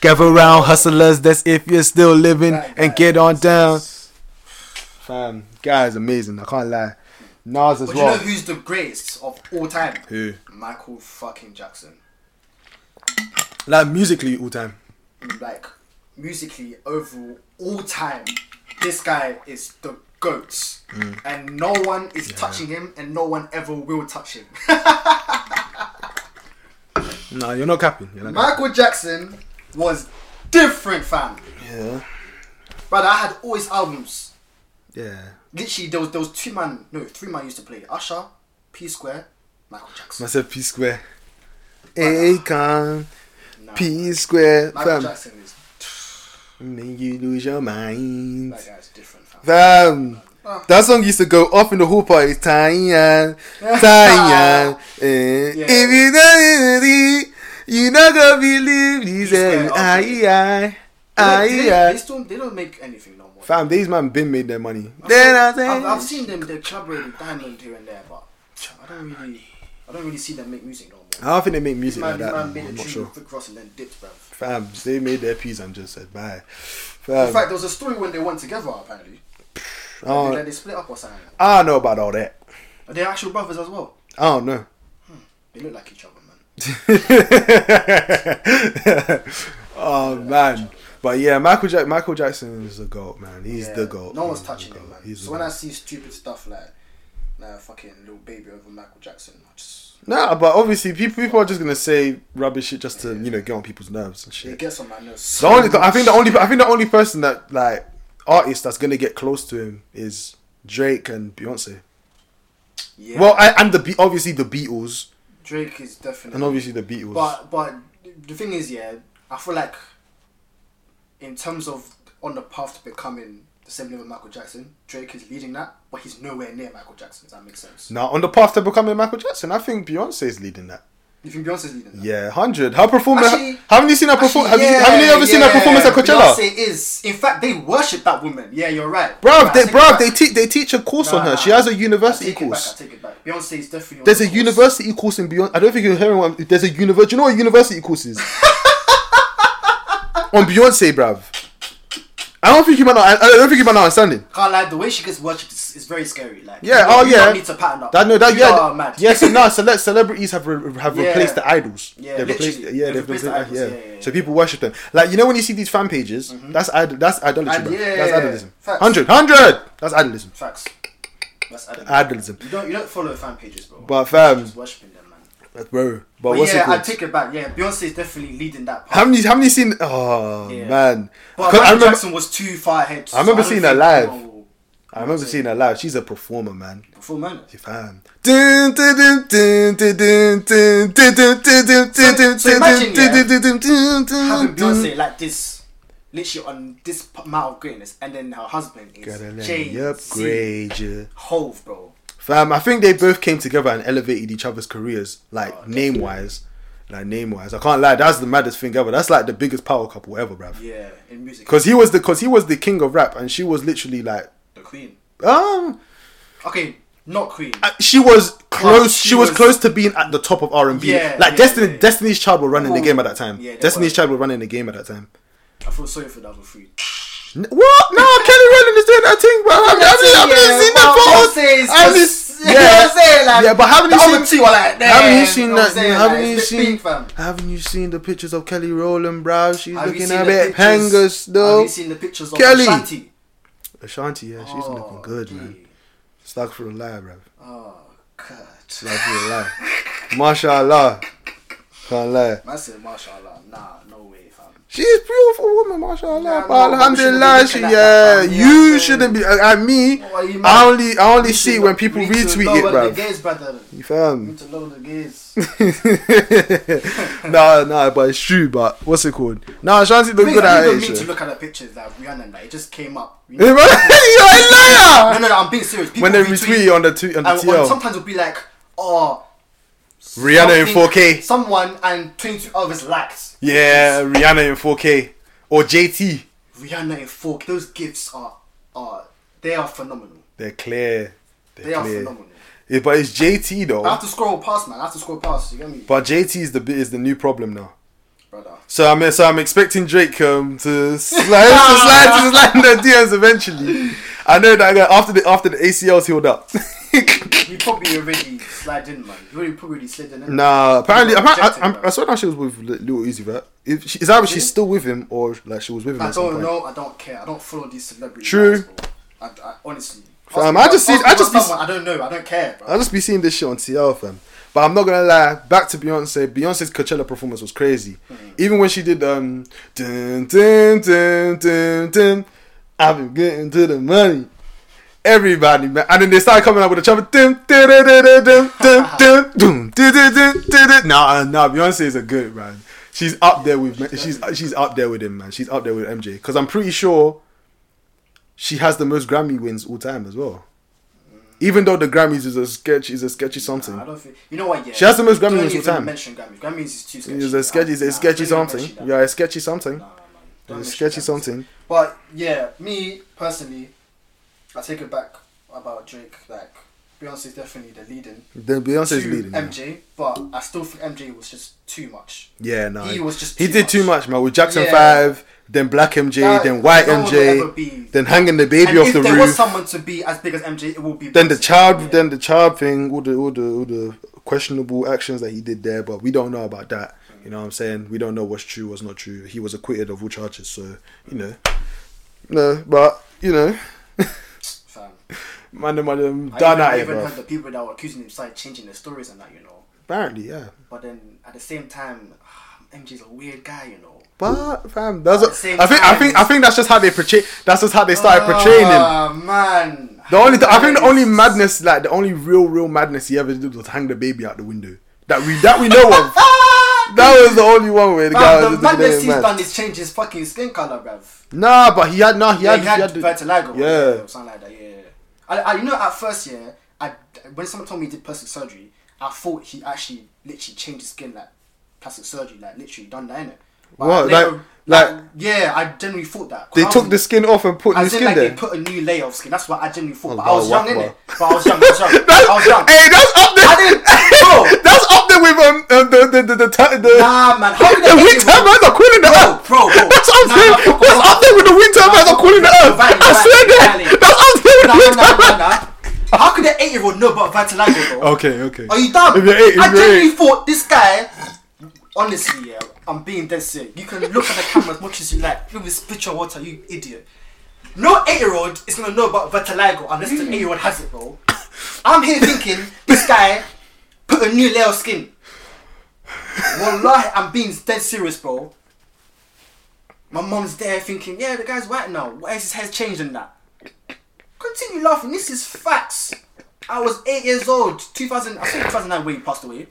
Speaker 1: Gather round, hustlers. That's if you're still living,
Speaker 2: That
Speaker 1: and
Speaker 2: guy
Speaker 1: get on
Speaker 2: is-
Speaker 1: down. Fam, guy is amazing. I can't lie. Nas as
Speaker 2: But
Speaker 1: well.
Speaker 2: you know who's the greatest of all time?
Speaker 1: Who?
Speaker 2: Michael fucking Jackson.
Speaker 1: like musically all time.
Speaker 2: Like musically, overall, all time, this guy is the goat,
Speaker 1: Mm.
Speaker 2: and no one is touching him, and no one ever will touch him. [laughs]
Speaker 1: No, you're not capping. You're not
Speaker 2: Michael Jackson was different, fam.
Speaker 1: capping.
Speaker 2: Brother, I had all his albums.
Speaker 1: Yeah. Yeah.
Speaker 2: Literally, there was, there was two man, no, three man used to play Usher, P Square, Michael Jackson.
Speaker 1: Myself P Square. Akon,
Speaker 2: Nah,
Speaker 1: P Square,
Speaker 2: Michael
Speaker 1: fam.
Speaker 2: Jackson is
Speaker 1: Make you lose your mind.
Speaker 2: that guy's different, fam.
Speaker 1: Fam. That song used to go off in the oh, whole party. Tanya,
Speaker 2: [laughs]
Speaker 1: Tanya. eh,
Speaker 2: Yeah.
Speaker 1: If you don't believe, you not gonna believe these.
Speaker 2: P-Square,
Speaker 1: eh,
Speaker 2: okay.
Speaker 1: Aye, aye,
Speaker 2: They, they,
Speaker 1: aye,
Speaker 2: they
Speaker 1: aye.
Speaker 2: still, they don't make anything no more.
Speaker 1: Fam, these man been made their money.
Speaker 2: I've,
Speaker 1: Then I
Speaker 2: seen- I've, I've
Speaker 1: say-
Speaker 2: seen them. They've collaborated with Diamond here and there, but I don't really, I don't really see them make music no more.
Speaker 1: I don't think they make
Speaker 2: This
Speaker 1: music
Speaker 2: man,
Speaker 1: like
Speaker 2: this
Speaker 1: that.
Speaker 2: man made a
Speaker 1: I'm not
Speaker 2: tune
Speaker 1: sure.
Speaker 2: with Rick Ross and then dipped, bruv.
Speaker 1: Fam, they made their peas and just said bye.
Speaker 2: In
Speaker 1: Fam,
Speaker 2: fact, there was a story when they weren't together apparently.
Speaker 1: Oh.
Speaker 2: Oh. They, they split up or something.
Speaker 1: I don't know about all that.
Speaker 2: Are they actual brothers as well?
Speaker 1: I don't know.
Speaker 2: They look like each other, man.
Speaker 1: [laughs] oh man, but yeah, Michael Jack Michael Jackson is the goat, man. He's
Speaker 2: Yeah,
Speaker 1: the goat.
Speaker 2: No one's
Speaker 1: He's
Speaker 2: touching
Speaker 1: the
Speaker 2: him,
Speaker 1: goat.
Speaker 2: man.
Speaker 1: He's
Speaker 2: so
Speaker 1: the
Speaker 2: when I
Speaker 1: goat.
Speaker 2: see stupid stuff like, like fucking little baby over Michael Jackson, I just
Speaker 1: Nah, but obviously people, people are just gonna say rubbish shit just to you know get on people's nerves and
Speaker 2: it
Speaker 1: shit.
Speaker 2: gets on my nerves.
Speaker 1: The
Speaker 2: So
Speaker 1: only
Speaker 2: much.
Speaker 1: I think the only I think the only person that like artist that's gonna get close to him is Drake and Beyonce.
Speaker 2: yeah,
Speaker 1: Well, I, and the Be- obviously the Beatles
Speaker 2: Drake is definitely
Speaker 1: and obviously the Beatles.
Speaker 2: But but the thing is, yeah, I feel like in terms of on the path to becoming the same level as Michael Jackson, Drake is leading that, but he's nowhere near Michael Jackson. Does that make sense?
Speaker 1: Now on the path to becoming Michael Jackson, I think Beyonce is leading that.
Speaker 2: You think Beyonce's leading that?
Speaker 1: Yeah, hundred. Her performance.
Speaker 2: Actually-
Speaker 1: haven't you seen her perform?
Speaker 2: Actually,
Speaker 1: have, you, have you ever seen her
Speaker 2: yeah,
Speaker 1: performance at Coachella?
Speaker 2: Beyonce is. In fact, they worship that woman. Yeah, you're right.
Speaker 1: Bruv,
Speaker 2: Right,
Speaker 1: they,
Speaker 2: I take it
Speaker 1: bruv,
Speaker 2: back.
Speaker 1: they, te- they teach a course
Speaker 2: Nah,
Speaker 1: on her.
Speaker 2: nah,
Speaker 1: She has a
Speaker 2: I
Speaker 1: university
Speaker 2: take it back,
Speaker 1: course.
Speaker 2: I take it back. Beyonce is definitely. on
Speaker 1: There's
Speaker 2: the
Speaker 1: a
Speaker 2: course.
Speaker 1: university course in Beyonce. I don't think you're hearing what I'm, There's a university. Do you know what a university course
Speaker 2: [laughs]
Speaker 1: is? on Beyonce, bruv. I don't think you might not. I, I don't think you might not understanding.
Speaker 2: Can't lie, the way she gets worshipped is, is very scary. Like,
Speaker 1: Yeah.
Speaker 2: you
Speaker 1: oh
Speaker 2: don't- you
Speaker 1: yeah.
Speaker 2: don't need to pattern up.
Speaker 1: That no. That
Speaker 2: You
Speaker 1: yeah.
Speaker 2: are mad.
Speaker 1: Yes. Yeah, so now cele- celebrities have re- have
Speaker 2: Yeah.
Speaker 1: replaced the idols.
Speaker 2: Yeah,
Speaker 1: They've replaced. Yeah.
Speaker 2: literally.
Speaker 1: They've,
Speaker 2: They've replaced the
Speaker 1: replaced.
Speaker 2: idols,
Speaker 1: yeah.
Speaker 2: yeah, yeah,
Speaker 1: So people worship them. Like you know when you see these fan pages, that's idol. That's idolatry.
Speaker 2: Id-
Speaker 1: bruv.
Speaker 2: yeah,
Speaker 1: that's
Speaker 2: yeah, yeah.
Speaker 1: idolism.
Speaker 2: Facts.
Speaker 1: Hundred. Hundred. That's idolism.
Speaker 2: [laughs] Facts. That's Adam.
Speaker 1: Idolism.
Speaker 2: You don't you don't follow fan pages, bro.
Speaker 1: But fam,
Speaker 2: Just worshipping them, man.
Speaker 1: bro. But,
Speaker 2: But
Speaker 1: what's
Speaker 2: yeah,
Speaker 1: it
Speaker 2: I
Speaker 1: called?
Speaker 2: take it back. Yeah, Beyonce is definitely leading that part.
Speaker 1: Haven't you, haven't you seen? Oh
Speaker 2: Yeah.
Speaker 1: man,
Speaker 2: but
Speaker 1: 'Cause
Speaker 2: Michael
Speaker 1: I remember,
Speaker 2: Jackson was too far ahead.
Speaker 1: I remember
Speaker 2: don't
Speaker 1: seeing her
Speaker 2: think
Speaker 1: live.
Speaker 2: anyone will-
Speaker 1: I remember seeing her live. She's a performer, man.
Speaker 2: Before man.
Speaker 1: She fan. Dun, dun, dun, dun, dun, dun, dun, dun, dun, dun, dun,
Speaker 2: So-
Speaker 1: dun,
Speaker 2: so
Speaker 1: dun,
Speaker 2: imagine,
Speaker 1: dun,
Speaker 2: yeah,
Speaker 1: dun, dun, dun, dun,
Speaker 2: Having
Speaker 1: dun.
Speaker 2: Beyonce like this, literally on this p- amount of greatness, and then her husband
Speaker 1: Gotta
Speaker 2: is
Speaker 1: let me
Speaker 2: Jay Z
Speaker 1: upgrade you.
Speaker 2: Hove, bro. Oh,
Speaker 1: Fam, I think they both came together and elevated each other's careers, like name wise. like name wise. I can't lie, that's the maddest thing ever. That's like the biggest power couple ever, bruv.
Speaker 2: Yeah, in music.
Speaker 1: Because he was the because he was the king of rap, and she was literally like
Speaker 2: the Queen.
Speaker 1: um
Speaker 2: Okay, not Queen.
Speaker 1: she was close.
Speaker 2: Well,
Speaker 1: she,
Speaker 2: she
Speaker 1: was,
Speaker 2: was-
Speaker 1: close to being at the top of R and B.
Speaker 2: Yeah,
Speaker 1: Like
Speaker 2: yeah,
Speaker 1: Destiny,
Speaker 2: yeah.
Speaker 1: Destiny's Child were running the
Speaker 2: Ooh.
Speaker 1: game at that time.
Speaker 2: Yeah, they
Speaker 1: Destiny's
Speaker 2: were.
Speaker 1: Child were running the game at that time.
Speaker 2: I feel sorry for the other three.
Speaker 1: N- What? No, Kelly Rowland is doing that thing, bro. I haven't, I haven't, I haven't
Speaker 2: Yeah,
Speaker 1: seen
Speaker 2: but
Speaker 1: that
Speaker 2: what I'm
Speaker 1: photos.
Speaker 2: saying is
Speaker 1: I haven't-
Speaker 2: just- [laughs] you know what I'm saying? Like,
Speaker 1: yeah, but haven't you
Speaker 2: the
Speaker 1: seen?
Speaker 2: other two are like,
Speaker 1: haven't you
Speaker 2: damn,
Speaker 1: seen
Speaker 2: you know what
Speaker 1: that?
Speaker 2: I'm saying?
Speaker 1: haven't
Speaker 2: Like,
Speaker 1: you
Speaker 2: it's a bit
Speaker 1: seen?
Speaker 2: big, fam.
Speaker 1: Haven't you seen the pictures of Kelly Rowland, bro? She's
Speaker 2: Have you
Speaker 1: looking
Speaker 2: seen
Speaker 1: a
Speaker 2: the
Speaker 1: bit
Speaker 2: pictures-
Speaker 1: pangas,
Speaker 2: Have
Speaker 1: though.
Speaker 2: you seen Oh, the pictures of
Speaker 1: Kelly.
Speaker 2: Ashanti?
Speaker 1: Ashanti, yeah, she's looking good,
Speaker 2: gee.
Speaker 1: man. Stuck for a lie, bro.
Speaker 2: Oh god.
Speaker 1: Stuck for a lie. Mashallah. Can't lie.
Speaker 2: Man said, mashallah. Nah, no way, fam.
Speaker 1: She's a beautiful woman, mashallah.
Speaker 2: Nah,
Speaker 1: but
Speaker 2: no, but we shouldn't be
Speaker 1: alhamdulillah,
Speaker 2: looking
Speaker 1: she,
Speaker 2: at
Speaker 1: yeah,
Speaker 2: that, fam. Yeah,
Speaker 1: you
Speaker 2: I'm saying-
Speaker 1: shouldn't be. uh, At me,
Speaker 2: What are you,
Speaker 1: I
Speaker 2: man?
Speaker 1: only, I only
Speaker 2: We
Speaker 1: see
Speaker 2: should
Speaker 1: it when
Speaker 2: lo-
Speaker 1: people
Speaker 2: we should
Speaker 1: retweet it,
Speaker 2: lower
Speaker 1: bro.
Speaker 2: The gaze, brother.
Speaker 1: You fam?
Speaker 2: We need to lower
Speaker 1: [laughs]
Speaker 2: the gaze. Mm.
Speaker 1: nah, nah, but it's true. But what's it called? Nah, Shanti look
Speaker 2: Things
Speaker 1: good
Speaker 2: that
Speaker 1: at
Speaker 2: you don't need
Speaker 1: it.
Speaker 2: to
Speaker 1: yeah.
Speaker 2: look at the pictures that Rihanna and that. It just came up. You
Speaker 1: [laughs] You're
Speaker 2: know?
Speaker 1: a
Speaker 2: no,
Speaker 1: liar.
Speaker 2: no, no, I'm being serious. People
Speaker 1: When they retweet it on the tweet on the
Speaker 2: and, and
Speaker 1: TL,
Speaker 2: sometimes it'll be like, oh,
Speaker 1: Rihanna in
Speaker 2: something-
Speaker 1: 4K.
Speaker 2: Someone and 22 others liked.
Speaker 1: yeah, Rihanna in 4K or JT,
Speaker 2: Rihanna in 4K. Those gifts are, are they are phenomenal.
Speaker 1: they're clear. They're
Speaker 2: They are
Speaker 1: clear. Oh.
Speaker 2: phenomenal.
Speaker 1: Yeah, but it's JT
Speaker 2: I
Speaker 1: though.
Speaker 2: have to scroll past, man. I have to scroll past. You get me,
Speaker 1: But JT is the is the new problem now.
Speaker 2: brother?
Speaker 1: So I'm so I'm expecting Drake um to
Speaker 2: [laughs]
Speaker 1: slide to slide to slide in the DMs eventually. I know that guy after the after the ACL's healed up. [laughs]
Speaker 2: You probably already slid in, man. You already probably slid in. innit?
Speaker 1: nah, apparently
Speaker 2: You
Speaker 1: I,
Speaker 2: got
Speaker 1: I,
Speaker 2: rejected,
Speaker 1: I,
Speaker 2: bro.
Speaker 1: I swear now she was with Li- Lil Uzi, right? If she, is that she's still with him or like she was with him?
Speaker 2: I
Speaker 1: at some
Speaker 2: don't
Speaker 1: point?
Speaker 2: know. I don't care. I don't follow these celebrities.
Speaker 1: True.
Speaker 2: I, I, honestly.
Speaker 1: Fam,
Speaker 2: Ask-
Speaker 1: I just see-
Speaker 2: ask
Speaker 1: I just
Speaker 2: me about
Speaker 1: see-
Speaker 2: someone, I don't know. I don't care, bro.
Speaker 1: I just be seeing this shit on TL fam. But I'm not gonna lie, back to Beyonce. Beyonce's Coachella performance was crazy. Even when she did um dun, dun, dun, dun, dun, I've been getting to the money. Everybody, man. And then they started coming out with a trumpet. Dun, dun, dun, dun, dun, dun, dun, dun, dun, dun, dun, dun, dun. Nah, uh, nah, Beyonce is a good man. She's up there with she's she's up there with him, man. She's up there with MJ. Because I'm pretty sure she has the most Grammy wins all time as well. Even though the Grammys is a sketch is a sketchy something.
Speaker 2: I don't think you know what. Yeah,
Speaker 1: She has the most Grammys of
Speaker 2: Don't
Speaker 1: all
Speaker 2: even
Speaker 1: time.
Speaker 2: Mention Grammys. Grammys is too sketchy.
Speaker 1: It's a sketchy, it's
Speaker 2: Nah,
Speaker 1: a sketchy
Speaker 2: don't even
Speaker 1: something.
Speaker 2: mention that.
Speaker 1: Yeah, it's sketchy something.
Speaker 2: Nah, man. Don't
Speaker 1: It's
Speaker 2: mention
Speaker 1: sketchy
Speaker 2: Grammys.
Speaker 1: something.
Speaker 2: But yeah, me personally, I take it back about Drake. Like Beyonce's definitely the leading.
Speaker 1: Then Beyonce's
Speaker 2: to
Speaker 1: leading. yeah.
Speaker 2: MJ, but I still think MJ was just too much.
Speaker 1: Yeah, no.
Speaker 2: He was just
Speaker 1: He
Speaker 2: too
Speaker 1: did
Speaker 2: much.
Speaker 1: too much, man. With Jackson
Speaker 2: Yeah.
Speaker 1: Five, then Black MJ,
Speaker 2: That-
Speaker 1: then White
Speaker 2: no one would ever
Speaker 1: MJ,
Speaker 2: be-
Speaker 1: then hanging the baby
Speaker 2: And
Speaker 1: off
Speaker 2: if
Speaker 1: the
Speaker 2: there was
Speaker 1: roof,
Speaker 2: someone to be as big as MJ, it would be.
Speaker 1: then the
Speaker 2: Beyonce.
Speaker 1: child,
Speaker 2: Yeah.
Speaker 1: then the child thing, all the all the all the questionable actions that he did there. But we don't know about that. You know what I'm saying? We don't know what's true, what's not true. He was acquitted of all charges, so you know. No, but you know,
Speaker 2: Fam.
Speaker 1: man, them are them
Speaker 2: I
Speaker 1: done at
Speaker 2: even, I
Speaker 1: it,
Speaker 2: even
Speaker 1: bro.
Speaker 2: heard the people that were accusing him started changing their stories and that, you know.
Speaker 1: Apparently, yeah.
Speaker 2: But then at the same time, [sighs] MJ's a weird guy, you know.
Speaker 1: But fam, that's
Speaker 2: At the same
Speaker 1: I think I
Speaker 2: time-
Speaker 1: think I think that's just how they portray. That's just how they started portraying him.
Speaker 2: Ah, man.
Speaker 1: The only th- I think the only madness, like the only real real madness he ever did was hang the baby out the window. That we that we know
Speaker 2: [laughs]
Speaker 1: of.
Speaker 2: Ah!
Speaker 1: That was the only one where the guy was
Speaker 2: Fam, the
Speaker 1: just
Speaker 2: madness
Speaker 1: looking
Speaker 2: he's
Speaker 1: mad.
Speaker 2: done is change his fucking skin color, bruv.
Speaker 1: Nah, but he had nah he
Speaker 2: yeah,
Speaker 1: had
Speaker 2: he had,
Speaker 1: the-
Speaker 2: vitiligo.
Speaker 1: yeah.
Speaker 2: or something like that. Yeah, I, I, you know, at first, yeah, I when someone told me he did plastic surgery, I thought he actually literally changed his skin like plastic surgery, like literally done that in it.
Speaker 1: What, like- like-
Speaker 2: yeah, I generally thought that 'Cause
Speaker 1: They
Speaker 2: I
Speaker 1: took
Speaker 2: was-
Speaker 1: the skin off and put new
Speaker 2: I was in,
Speaker 1: skin
Speaker 2: like
Speaker 1: there. Oh,
Speaker 2: they
Speaker 1: [laughs]
Speaker 2: put a new layer of skin. That's what I generally thought. But I
Speaker 1: Allahu
Speaker 2: was young in
Speaker 1: Akbar.
Speaker 2: it. But I was young. I was
Speaker 1: [laughs]
Speaker 2: young. I was young.
Speaker 1: Hey, that's up there.
Speaker 2: I didn't. Bro,
Speaker 1: [laughs] That's up there with um, um the the the the the, the,
Speaker 2: nah, man. How did
Speaker 1: the
Speaker 2: I
Speaker 1: wind
Speaker 2: get it wrong?
Speaker 1: turbines are cooling the
Speaker 2: Bro,
Speaker 1: earth.
Speaker 2: bro, bro.
Speaker 1: That's what I'm
Speaker 2: Nah,
Speaker 1: saying.
Speaker 2: nah, come
Speaker 1: That's
Speaker 2: on.
Speaker 1: up there with the wind turbines are cooling the earth.
Speaker 2: Valley,
Speaker 1: I swear
Speaker 2: Valley,
Speaker 1: that.
Speaker 2: Valley.
Speaker 1: That's up there with
Speaker 2: Nah,
Speaker 1: the wind
Speaker 2: nah, nah,
Speaker 1: turbines.
Speaker 2: nah. How could an eight-year-old know about vitiligo? Though?
Speaker 1: Okay, okay.
Speaker 2: Are Oh, you dumb?
Speaker 1: If you're eight, if
Speaker 2: I
Speaker 1: you're
Speaker 2: genuinely
Speaker 1: eight.
Speaker 2: thought this guy. Honestly, yeah, I'm being dead serious. You can look at the camera as much as you like. You will spit your water, you idiot. No eight-year-old is gonna know about vitiligo unless the eight-year-old has it, bro. I'm here thinking this guy put a new layer of skin. Wallahi, I'm being dead serious, bro. My mum's there thinking, yeah, the guy's white now. Why is his hair changed and that? Continue laughing. This is facts. I was eight years old. 2000. I think 2009 where he passed away.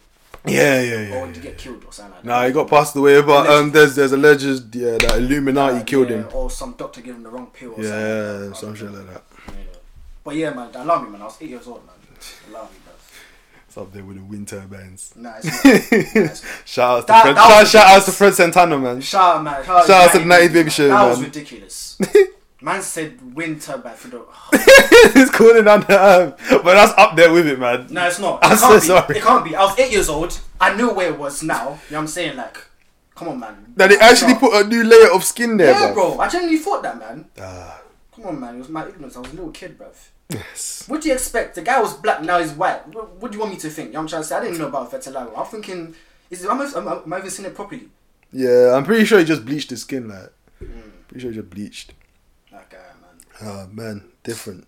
Speaker 1: Yeah, yeah, yeah.
Speaker 2: Or
Speaker 1: yeah.
Speaker 2: did he Oh, get killed or something like that?
Speaker 1: Nah, he got passed away, but um, there's there's alleged yeah that Illuminati
Speaker 2: Yeah,
Speaker 1: killed him.
Speaker 2: Or some doctor gave him the wrong pill. Or something
Speaker 1: Yeah,
Speaker 2: like that.
Speaker 1: some
Speaker 2: I
Speaker 1: shit
Speaker 2: don't know.
Speaker 1: like that.
Speaker 2: Yeah. But yeah, man, that alarmed me, man. I was eight years old, man. Alarmed me, bruv.
Speaker 1: It's up there with the wind turbines.
Speaker 2: Nah,
Speaker 1: [laughs]
Speaker 2: it's not. Nah, it's not.
Speaker 1: Shout out to
Speaker 2: That-
Speaker 1: Fred.
Speaker 2: that
Speaker 1: Shout,
Speaker 2: was
Speaker 1: shout out to Fred Santana, man. [laughs]
Speaker 2: Shout out, man.
Speaker 1: Shout out to the 90 Baby Show,
Speaker 2: That was
Speaker 1: man. [laughs]
Speaker 2: ridiculous. man said wind turbine for the. [sighs]
Speaker 1: He's calling on the earth, but that's up there with it, man.
Speaker 2: No, it's not.
Speaker 1: I'm
Speaker 2: it
Speaker 1: so
Speaker 2: can't be.
Speaker 1: sorry.
Speaker 2: It can't be. I was eight years old. I knew where it was now. You know what I'm saying? Like, come on, man.
Speaker 1: That they
Speaker 2: Like,
Speaker 1: actually
Speaker 2: bro.
Speaker 1: put a new layer of skin there,
Speaker 2: Yeah,
Speaker 1: bruv.
Speaker 2: bro. I genuinely thought that, man.
Speaker 1: Ah,
Speaker 2: Come on, man. It was my ignorance. I was a little kid, bruv.
Speaker 1: yes.
Speaker 2: What do you expect? The guy was black, now he's white. What, what do you want me to think? You know what I'm trying to say? I didn't know about Vetilago. I'm thinking, is it, am, I, am, I, am I even seeing it properly?
Speaker 1: Yeah, I'm pretty sure he just bleached his skin, like.
Speaker 2: Mm.
Speaker 1: Pretty sure he just bleached.
Speaker 2: That guy, uh, man.
Speaker 1: Ah, man, different.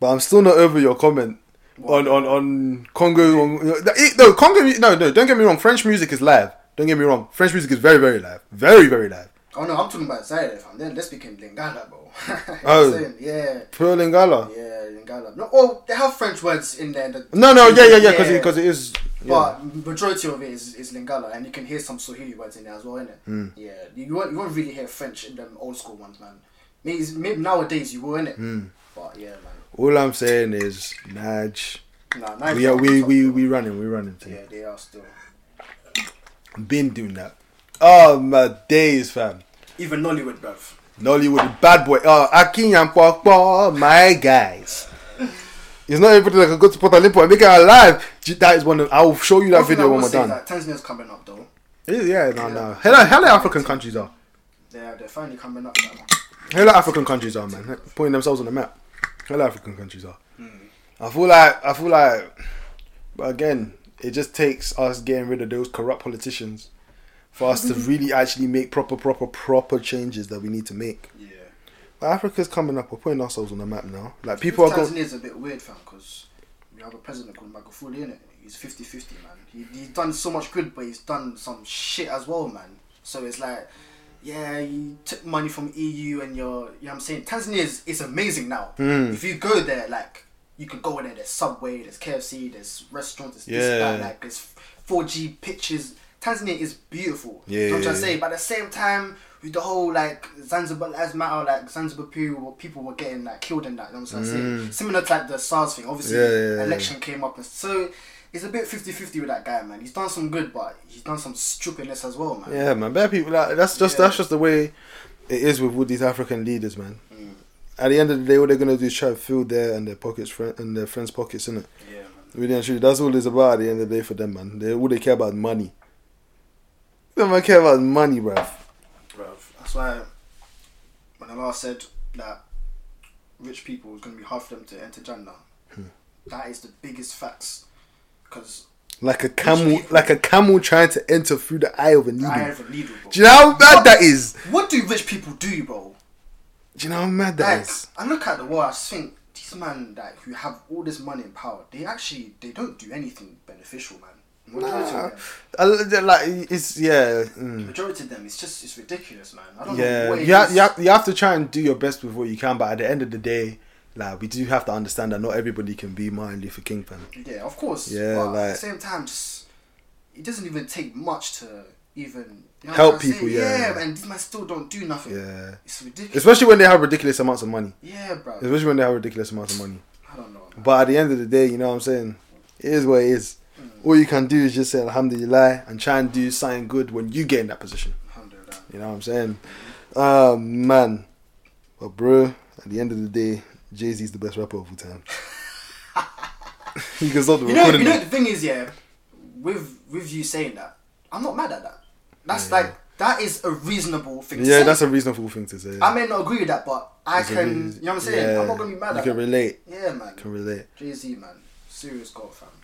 Speaker 1: But I'm still not over your comment on on on Congo. On, eh, no, Congo. mu- No, no. Don't get me wrong. French music is live. Don't get me wrong. French music is very, very live. Very, very live.
Speaker 2: Oh no, I'm talking about Zaire, fam. Then let's become Lingala, bro. [laughs] you know what
Speaker 1: Oh.
Speaker 2: I'm saying? Yeah.
Speaker 1: Pearl Lingala.
Speaker 2: Yeah, Lingala. No, oh, they have French words in there. that-
Speaker 1: No, no. Yeah, yeah, yeah. Because because it is. Yeah.
Speaker 2: But majority of it is, is Lingala, and you can hear some Swahili words in there as well, innit?
Speaker 1: Hmm.
Speaker 2: Mm. Yeah, you won't, you won't really hear French in them old school ones, man. Maybe, maybe nowadays you will, innit?
Speaker 1: Hmm.
Speaker 2: Mm. But yeah, man.
Speaker 1: All I'm saying is, Naj.
Speaker 2: Nah, now
Speaker 1: We are we we we running. We running. Too.
Speaker 2: Yeah, they are still.
Speaker 1: Been doing that. Oh my days, fam.
Speaker 2: Even Nollywood, bruv.
Speaker 1: Nollywood bad boy. Oh, Akin and Pogba, my guys. It's not everybody that can go to Puerto Limpo and make it alive. Gee, That is one. Of, I'll show you that
Speaker 2: One thing I
Speaker 1: video when
Speaker 2: will
Speaker 1: we're
Speaker 2: say
Speaker 1: done.
Speaker 2: is that Tanzania's coming up, though.
Speaker 1: Yeah, yeah, no, no. Hella, hella African countries are.
Speaker 2: They're, they're finally coming up, man.
Speaker 1: Hella African countries are, man. Putting themselves on the map. Hella African countries are. I feel like, I feel like, but again, it just takes us getting rid of those corrupt politicians for us to really actually make proper, proper, proper changes that we need to make.
Speaker 2: Yeah.
Speaker 1: Africa's coming up. We're putting ourselves on the map now. Like people
Speaker 2: People
Speaker 1: are going.
Speaker 2: Tanzania's a bit weird, fam, because we have a president called Magufuli, innit? He's 50 50, man. He, he's done so much good, but he's done some shit as well, man. So it's like, yeah, you took money from EU and you're, you know what I'm saying? Tanzania is it's amazing now.
Speaker 1: Hmm.
Speaker 2: If you go there, like, you can go in there, there's Subway, there's KFC, there's restaurants, there's this, that,
Speaker 1: Yeah.
Speaker 2: like, there's 4G pictures. Tanzania is beautiful.
Speaker 1: Yeah,
Speaker 2: You know what I'm
Speaker 1: yeah,
Speaker 2: trying to
Speaker 1: yeah.
Speaker 2: say? But at the same time, with the whole like Zanzibar as matter, like Zanzibar period, where people were getting like killed and that. You know what I'm trying to say? Similar to like the SARS thing. Obviously,
Speaker 1: Mm. Yeah, yeah, yeah.
Speaker 2: election came up, and so it's a bit 50-50 with that guy, man. He's done some good, but he's done some stupidness as well, man.
Speaker 1: Yeah, man. Bad people. Like, that's just
Speaker 2: Yeah.
Speaker 1: that's just the way it is with all these African leaders, man. At the end of the day, all they're gonna do is try to fill their and their pockets fri- and their friends' pockets, innit?
Speaker 2: Yeah, man.
Speaker 1: Really and truly, that's all it's about. At the end of the day, for them, man, they all they care about is money. They don't care about is money, bruv.
Speaker 2: Bro, that's why when Allah said that rich people was gonna be hard for them to enter Jannah,
Speaker 1: Hmm.
Speaker 2: that is the biggest facts. Because
Speaker 1: Like a camel,
Speaker 2: people-
Speaker 1: like a camel trying to enter through the eye of a needle.
Speaker 2: I have a needle. Bro.
Speaker 1: Do you know how bad that is?
Speaker 2: What do rich people do, bro?
Speaker 1: Do you know how mad that
Speaker 2: Like,
Speaker 1: is?
Speaker 2: I look at the world, I just think these men like who have all this money and power, they actually they don't do anything beneficial, man. Majority,
Speaker 1: Nah.
Speaker 2: of them,
Speaker 1: I, like it's yeah. mm.
Speaker 2: majority of them, it's just it's ridiculous, man. I don't know
Speaker 1: Yeah,
Speaker 2: what it
Speaker 1: you, ha-
Speaker 2: is.
Speaker 1: you, ha- you have to try and do your best with what you can, but at the end of the day, like we do have to understand that not everybody can be Martin Luther King fan.
Speaker 2: Yeah, of course.
Speaker 1: Yeah,
Speaker 2: but at
Speaker 1: like-
Speaker 2: the same time, just it doesn't even take much to even you know
Speaker 1: Help
Speaker 2: what I'm
Speaker 1: people,
Speaker 2: saying?
Speaker 1: yeah.
Speaker 2: and these men still don't do nothing.
Speaker 1: Yeah.
Speaker 2: it's ridiculous.
Speaker 1: Especially when they have ridiculous amounts of money.
Speaker 2: yeah, bro.
Speaker 1: Especially when they have ridiculous amounts of money.
Speaker 2: I don't know. Man.
Speaker 1: But at the end of the day, you know what I'm saying? It is what it is. All you can do is just say Alhamdulillah and try and do something good when you get in that position.
Speaker 2: Alhamdulillah.
Speaker 1: You know what I'm saying? Oh, man. But, bro, at the end of the day, Jay Z's the best rapper of all time. [laughs] you can stop the
Speaker 2: You know,
Speaker 1: recording
Speaker 2: you know
Speaker 1: now.
Speaker 2: the thing is, yeah, with with you saying that, I'm not mad at that. That's
Speaker 1: Yeah.
Speaker 2: like that is a reasonable thing. to
Speaker 1: Yeah,
Speaker 2: say.
Speaker 1: that's a reasonable thing to say.
Speaker 2: I may not agree with that, but I
Speaker 1: It's a
Speaker 2: can.
Speaker 1: reas-
Speaker 2: You know what I'm saying?
Speaker 1: yeah,
Speaker 2: I'm not gonna be mad
Speaker 1: You
Speaker 2: at
Speaker 1: can
Speaker 2: that.
Speaker 1: relate.
Speaker 2: yeah,
Speaker 1: You can
Speaker 2: man.
Speaker 1: relate.
Speaker 2: Jay Z, man, serious god, fam.